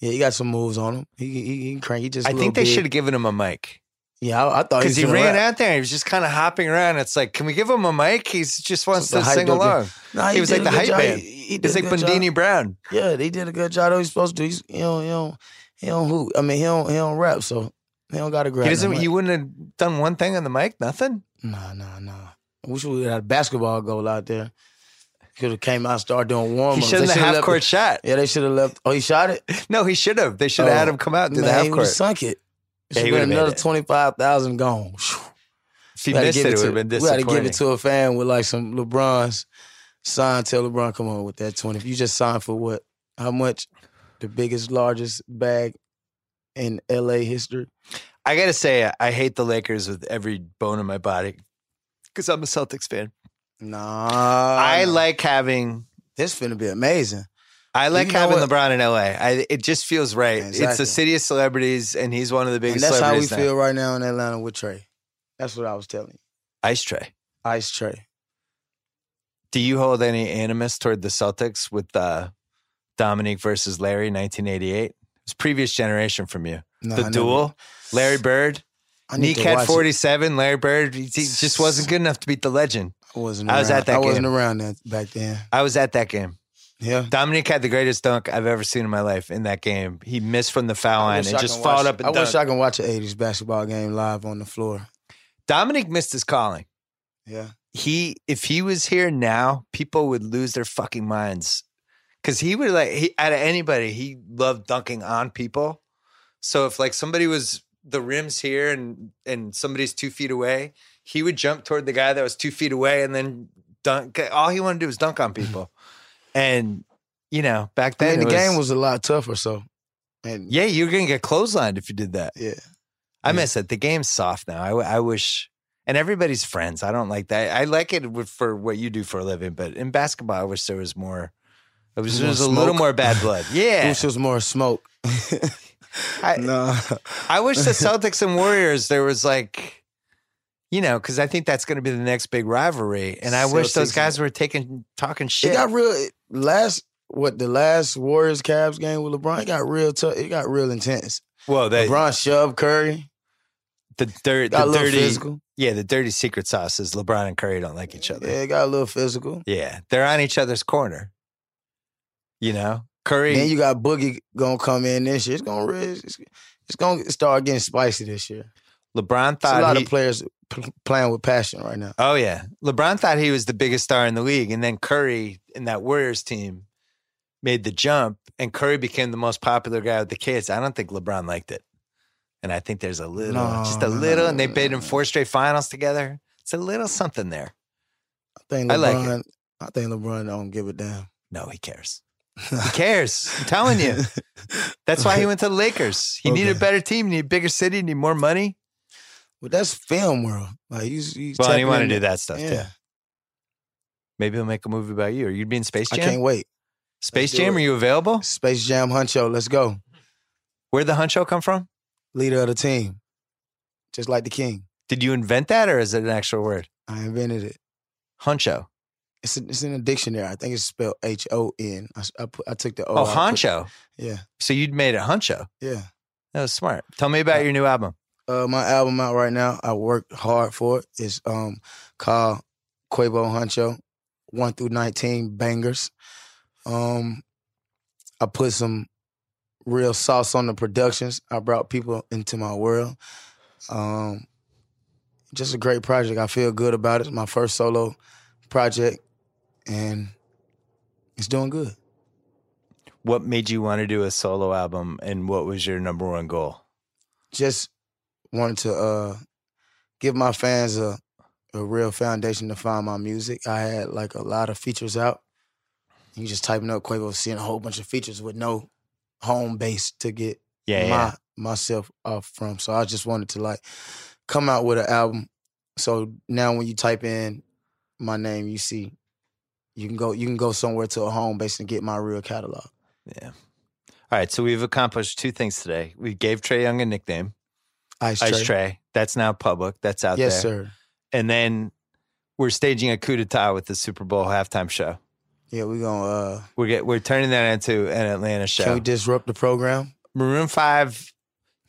Speaker 3: Yeah, he got some moves on him. He he, he can crank. He just. a
Speaker 2: I
Speaker 3: little
Speaker 2: think they
Speaker 3: big.
Speaker 2: should have given him a mic
Speaker 3: Yeah, I, I thought
Speaker 2: because he
Speaker 3: was gonna
Speaker 2: ran
Speaker 3: rap.
Speaker 2: out there and he was just kind of hopping around. It's like, can we give him a mic? He just wants
Speaker 3: The
Speaker 2: to
Speaker 3: hype
Speaker 2: sing
Speaker 3: dog, yeah.
Speaker 2: along.
Speaker 3: Nah,
Speaker 2: he was like
Speaker 3: did a
Speaker 2: the
Speaker 3: good
Speaker 2: hype
Speaker 3: job.
Speaker 2: man.
Speaker 3: He, he did
Speaker 2: He's
Speaker 3: a
Speaker 2: like
Speaker 3: good job.
Speaker 2: Bandini Brown.
Speaker 3: Yeah, they did a good job. That he's supposed to. do. He's, he don't he don't he don't hoop. I mean, he don't he don't rap. So he don't got to grab.
Speaker 2: He
Speaker 3: no
Speaker 2: doesn't.
Speaker 3: mic.
Speaker 2: You wouldn't have done one thing on the mic. Nothing.
Speaker 3: Nah, nah, nah. I wish we had a basketball goal out there. Could have came out and started doing warm
Speaker 2: he
Speaker 3: ups.
Speaker 2: should have the half court shot.
Speaker 3: Yeah, they should have left. Oh, he shot it.
Speaker 2: No, he should have. They should have
Speaker 3: Oh,
Speaker 2: had him come out and do the
Speaker 3: Man,
Speaker 2: half
Speaker 3: he would have
Speaker 2: court.
Speaker 3: sunk it.
Speaker 2: Yeah, he
Speaker 3: Should
Speaker 2: would've
Speaker 3: been
Speaker 2: made
Speaker 3: another
Speaker 2: it.
Speaker 3: twenty five thousand gone.
Speaker 2: If he
Speaker 3: Gotta
Speaker 2: missed it,
Speaker 3: give
Speaker 2: it would
Speaker 3: to-
Speaker 2: have been
Speaker 3: We gotta
Speaker 2: disappointing.
Speaker 3: give it to a fan with like some LeBron's sign. Tell LeBron, come on with that twenty. If you just signed for what? How much? The biggest, largest bag in LA history.
Speaker 2: I gotta say, I- I hate the Lakers with every bone in my body because I'm a Celtics fan.
Speaker 3: Nah,
Speaker 2: I
Speaker 3: nah.
Speaker 2: like having.
Speaker 3: this. Finna be amazing.
Speaker 2: I like
Speaker 3: you know
Speaker 2: having
Speaker 3: what?
Speaker 2: LeBron in LA. I, it just feels right. It's a
Speaker 3: Exactly.
Speaker 2: city of celebrities, and he's one of the
Speaker 3: And
Speaker 2: biggest
Speaker 3: that's how we
Speaker 2: celebrities. now.
Speaker 3: feel right now in Atlanta with Trey. That's what I was telling you.
Speaker 2: Ice tray.
Speaker 3: Ice Trey.
Speaker 2: Do you hold any animus toward the Celtics with uh, Dominique versus Larry, 1988? It's previous generation from you.
Speaker 3: Nah,
Speaker 2: The
Speaker 3: I never-
Speaker 2: duel, Larry Bird.
Speaker 3: I need to
Speaker 2: Kneecat
Speaker 3: watch it.
Speaker 2: 47, Larry Bird, he he just wasn't good enough to beat the legend.
Speaker 3: I wasn't.
Speaker 2: I was
Speaker 3: around-
Speaker 2: at that
Speaker 3: I wasn't
Speaker 2: game.
Speaker 3: around that back then.
Speaker 2: I was at that game.
Speaker 3: Yeah.
Speaker 2: Dominic had the greatest dunk I've ever seen in my life in that game. He missed from the foul
Speaker 3: I
Speaker 2: line
Speaker 3: wish
Speaker 2: and
Speaker 3: I
Speaker 2: just
Speaker 3: can
Speaker 2: fouled
Speaker 3: watch-
Speaker 2: up and
Speaker 3: I
Speaker 2: dunked.
Speaker 3: wish I can watch an '80s basketball game live on the floor.
Speaker 2: Dominic missed his calling.
Speaker 3: Yeah.
Speaker 2: He, if he was here now, people would lose their fucking minds because he would like he, out of anybody, he loved dunking on people. So if like somebody was the rims here and and somebody's two feet away, he would jump toward the guy that was two feet away and then dunk. All he wanted to do was dunk on people, and you know back
Speaker 3: I
Speaker 2: then
Speaker 3: mean, the
Speaker 2: it
Speaker 3: game was a lot tougher, so. And
Speaker 2: Yeah, you were gonna get clotheslined if you did that.
Speaker 3: yeah.
Speaker 2: I
Speaker 3: Yeah.
Speaker 2: miss it. The game's soft now. I, w- I wish, and everybody's friends. I don't like that. I like it with- for what you do for a living, but in basketball, I wish there was more. It was,
Speaker 3: More
Speaker 2: there was a little
Speaker 3: smoke.
Speaker 2: more bad blood.
Speaker 3: yeah.
Speaker 2: Yeah,
Speaker 3: This was more smoke.
Speaker 2: I-
Speaker 3: no.
Speaker 2: I wish the Celtics and Warriors there was like, you know, because I think that's going to be the next big rivalry, and I wish those
Speaker 3: Celtics
Speaker 2: guys were taking talking
Speaker 3: It
Speaker 2: shit.
Speaker 3: got real it- last what the last Warriors Cavs game with LeBron, it got real tough. It got real intense.
Speaker 2: well, they,
Speaker 3: LeBron shoved Curry.
Speaker 2: the dirt,
Speaker 3: Got
Speaker 2: the
Speaker 3: a little
Speaker 2: dirty,
Speaker 3: physical.
Speaker 2: yeah, the dirty secret sauce is LeBron and Curry don't like each other.
Speaker 3: Yeah, it got a little physical.
Speaker 2: Yeah, they're on each other's corner. You know, Curry.
Speaker 3: Then you got Boogie gonna come in this year. It's gonna really, it's, it's gonna start getting spicy this year.
Speaker 2: LeBron
Speaker 3: It's a
Speaker 2: thought
Speaker 3: lot
Speaker 2: he,
Speaker 3: of players p- playing with passion right now.
Speaker 2: Oh yeah, LeBron thought he was the biggest star in the league, and then Curry in that Warriors team made the jump, and Curry became the most popular guy with the kids. I don't think LeBron liked it, and I think there's a little,
Speaker 3: No,
Speaker 2: just a
Speaker 3: no,
Speaker 2: little, and they
Speaker 3: no,
Speaker 2: played
Speaker 3: no,
Speaker 2: in
Speaker 3: no.
Speaker 2: four straight finals together. It's a little something there.
Speaker 3: I think LeBron.
Speaker 2: I
Speaker 3: I,
Speaker 2: like
Speaker 3: think LeBron don't give a damn.
Speaker 2: No, he cares. He cares. I'm telling you. That's why he went to the Lakers. He needed a
Speaker 3: Okay.
Speaker 2: better team, he needed a bigger city, he needed more money.
Speaker 3: Well, that's film world. Like you, you
Speaker 2: Well, and he
Speaker 3: tapping
Speaker 2: wanted to
Speaker 3: into-
Speaker 2: do that stuff
Speaker 3: Yeah,
Speaker 2: too. Maybe he'll make a movie about you. Are you being Space
Speaker 3: I
Speaker 2: Jam?
Speaker 3: can't wait.
Speaker 2: Space
Speaker 3: do
Speaker 2: Jam,
Speaker 3: it.
Speaker 2: are you available?
Speaker 3: Space Jam Huncho, let's go.
Speaker 2: Where'd the honcho come from?
Speaker 3: Leader of the team, just like the king.
Speaker 2: Did you invent that or is it an actual word?
Speaker 3: I invented it.
Speaker 2: Honcho.
Speaker 3: It's it's in a dictionary. I think it's spelled H O N. I s- I put, I took the O.
Speaker 2: Oh,
Speaker 3: out, put-
Speaker 2: honcho.
Speaker 3: Yeah,
Speaker 2: So you'd made it honcho.
Speaker 3: yeah.
Speaker 2: That was smart. Tell me about your new album.
Speaker 3: Uh, my album out right now. I worked hard for it. It's um called Quavo Huncho, one through nineteen bangers. Um, I put some real sauce on the productions. I brought people into my world. Um, just a great project. I feel good about it. It's my first solo project, and it's doing good.
Speaker 2: What made you want to do a solo album and what was your number one goal?
Speaker 3: just wanted to uh, give my fans a a real foundation to find my music. I had like a lot of features out. You just typing up Quavo, seeing a whole bunch of features with no home base to get
Speaker 2: Yeah,
Speaker 3: my
Speaker 2: yeah.
Speaker 3: myself off from. So I just wanted to like come out with an album. So now when you type in my name, you see you can go you can go somewhere to a home base and get my real catalog.
Speaker 2: All right. So we've accomplished two things today. We gave Trey Young a nickname,
Speaker 3: Ice,
Speaker 2: Ice Trey. That's now public. That's out
Speaker 3: Yes,
Speaker 2: there.
Speaker 3: sir.
Speaker 2: And then we're staging a coup d'etat with the Super Bowl halftime show.
Speaker 3: Yeah, we gonna uh
Speaker 2: We're get, we're turning that into an Atlanta show.
Speaker 3: can we disrupt the program?
Speaker 2: Maroon Five,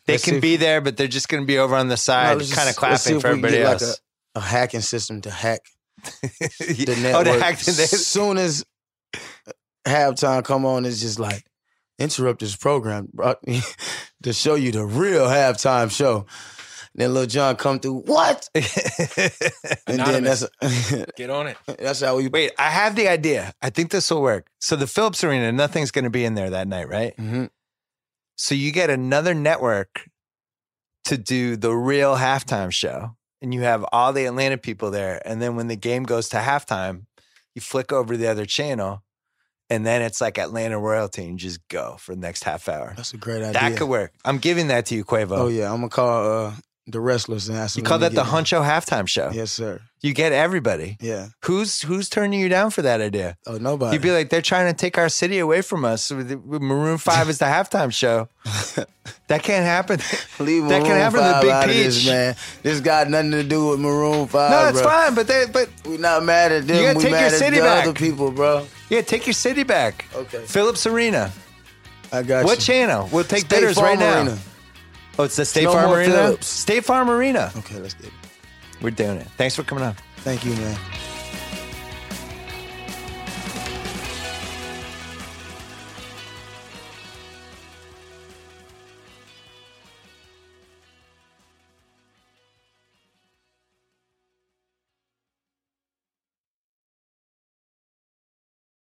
Speaker 2: they
Speaker 3: Let's see
Speaker 2: can
Speaker 3: if-
Speaker 2: be there, but they're just going to be over on the side,
Speaker 3: let's
Speaker 2: kind of
Speaker 3: just- let's see
Speaker 2: clapping
Speaker 3: if
Speaker 2: for
Speaker 3: we can
Speaker 2: everybody
Speaker 3: get, like,
Speaker 2: else.
Speaker 3: a hacking system to hack the
Speaker 2: Yeah.
Speaker 3: network.
Speaker 2: Oh, the hack the net-
Speaker 3: As soon as halftime come on, it's just like interrupt this program bro, to show you the real halftime show. Then Lil John come through. What? And
Speaker 1: Anonymous.
Speaker 3: then that's
Speaker 1: Get on it.
Speaker 3: that's how we.
Speaker 2: Wait, I have the idea. I think this will work. So the Phillips Arena, nothing's going to be in there that night, right?
Speaker 3: Mhm.
Speaker 2: So you get another network to do the real halftime show, and you have all the Atlanta people there. And then when the game goes to halftime, you flick over to the other channel, and then it's like Atlanta royalty, and you just go for the next half hour.
Speaker 3: That's a great idea.
Speaker 2: That could work. I'm giving that to you, Quavo.
Speaker 3: Oh yeah, I'm gonna call uh, the wrestlers and ask
Speaker 2: You
Speaker 3: them
Speaker 2: call
Speaker 3: when
Speaker 2: that
Speaker 3: they
Speaker 2: the
Speaker 3: get in.
Speaker 2: Huncho halftime show.
Speaker 3: Yes, sir.
Speaker 2: You get everybody.
Speaker 3: Yeah.
Speaker 2: Who's who's turning you down for that idea?
Speaker 3: Oh, nobody.
Speaker 2: You'd be like, they're trying to take our city away from us. with- with Maroon Five is the halftime show. That can't happen.
Speaker 3: Leave
Speaker 2: that can
Speaker 3: Maroon
Speaker 2: happen to the
Speaker 3: 5
Speaker 2: Big
Speaker 3: out of
Speaker 2: Peach.
Speaker 3: This, man. this got nothing to do with Maroon Five.
Speaker 2: no, it's
Speaker 3: bro.
Speaker 2: fine. But they, but
Speaker 3: We're not mad at them.
Speaker 2: You gotta
Speaker 3: we
Speaker 2: take your
Speaker 3: mad
Speaker 2: city
Speaker 3: at the
Speaker 2: back.
Speaker 3: other people, bro.
Speaker 2: yeah, take your city back.
Speaker 3: Okay.
Speaker 2: Phillips Arena.
Speaker 3: I got
Speaker 2: What
Speaker 3: you.
Speaker 2: channel? We'll take
Speaker 3: State
Speaker 2: bidders
Speaker 3: Farm
Speaker 2: right now.
Speaker 3: Arena.
Speaker 2: Oh, it's the State
Speaker 3: No
Speaker 2: Farm
Speaker 3: more
Speaker 2: Arena.
Speaker 3: Phillips.
Speaker 2: State Farm Arena.
Speaker 3: Okay, let's get it.
Speaker 2: We're doing it. Thanks for coming on.
Speaker 3: Thank you, man.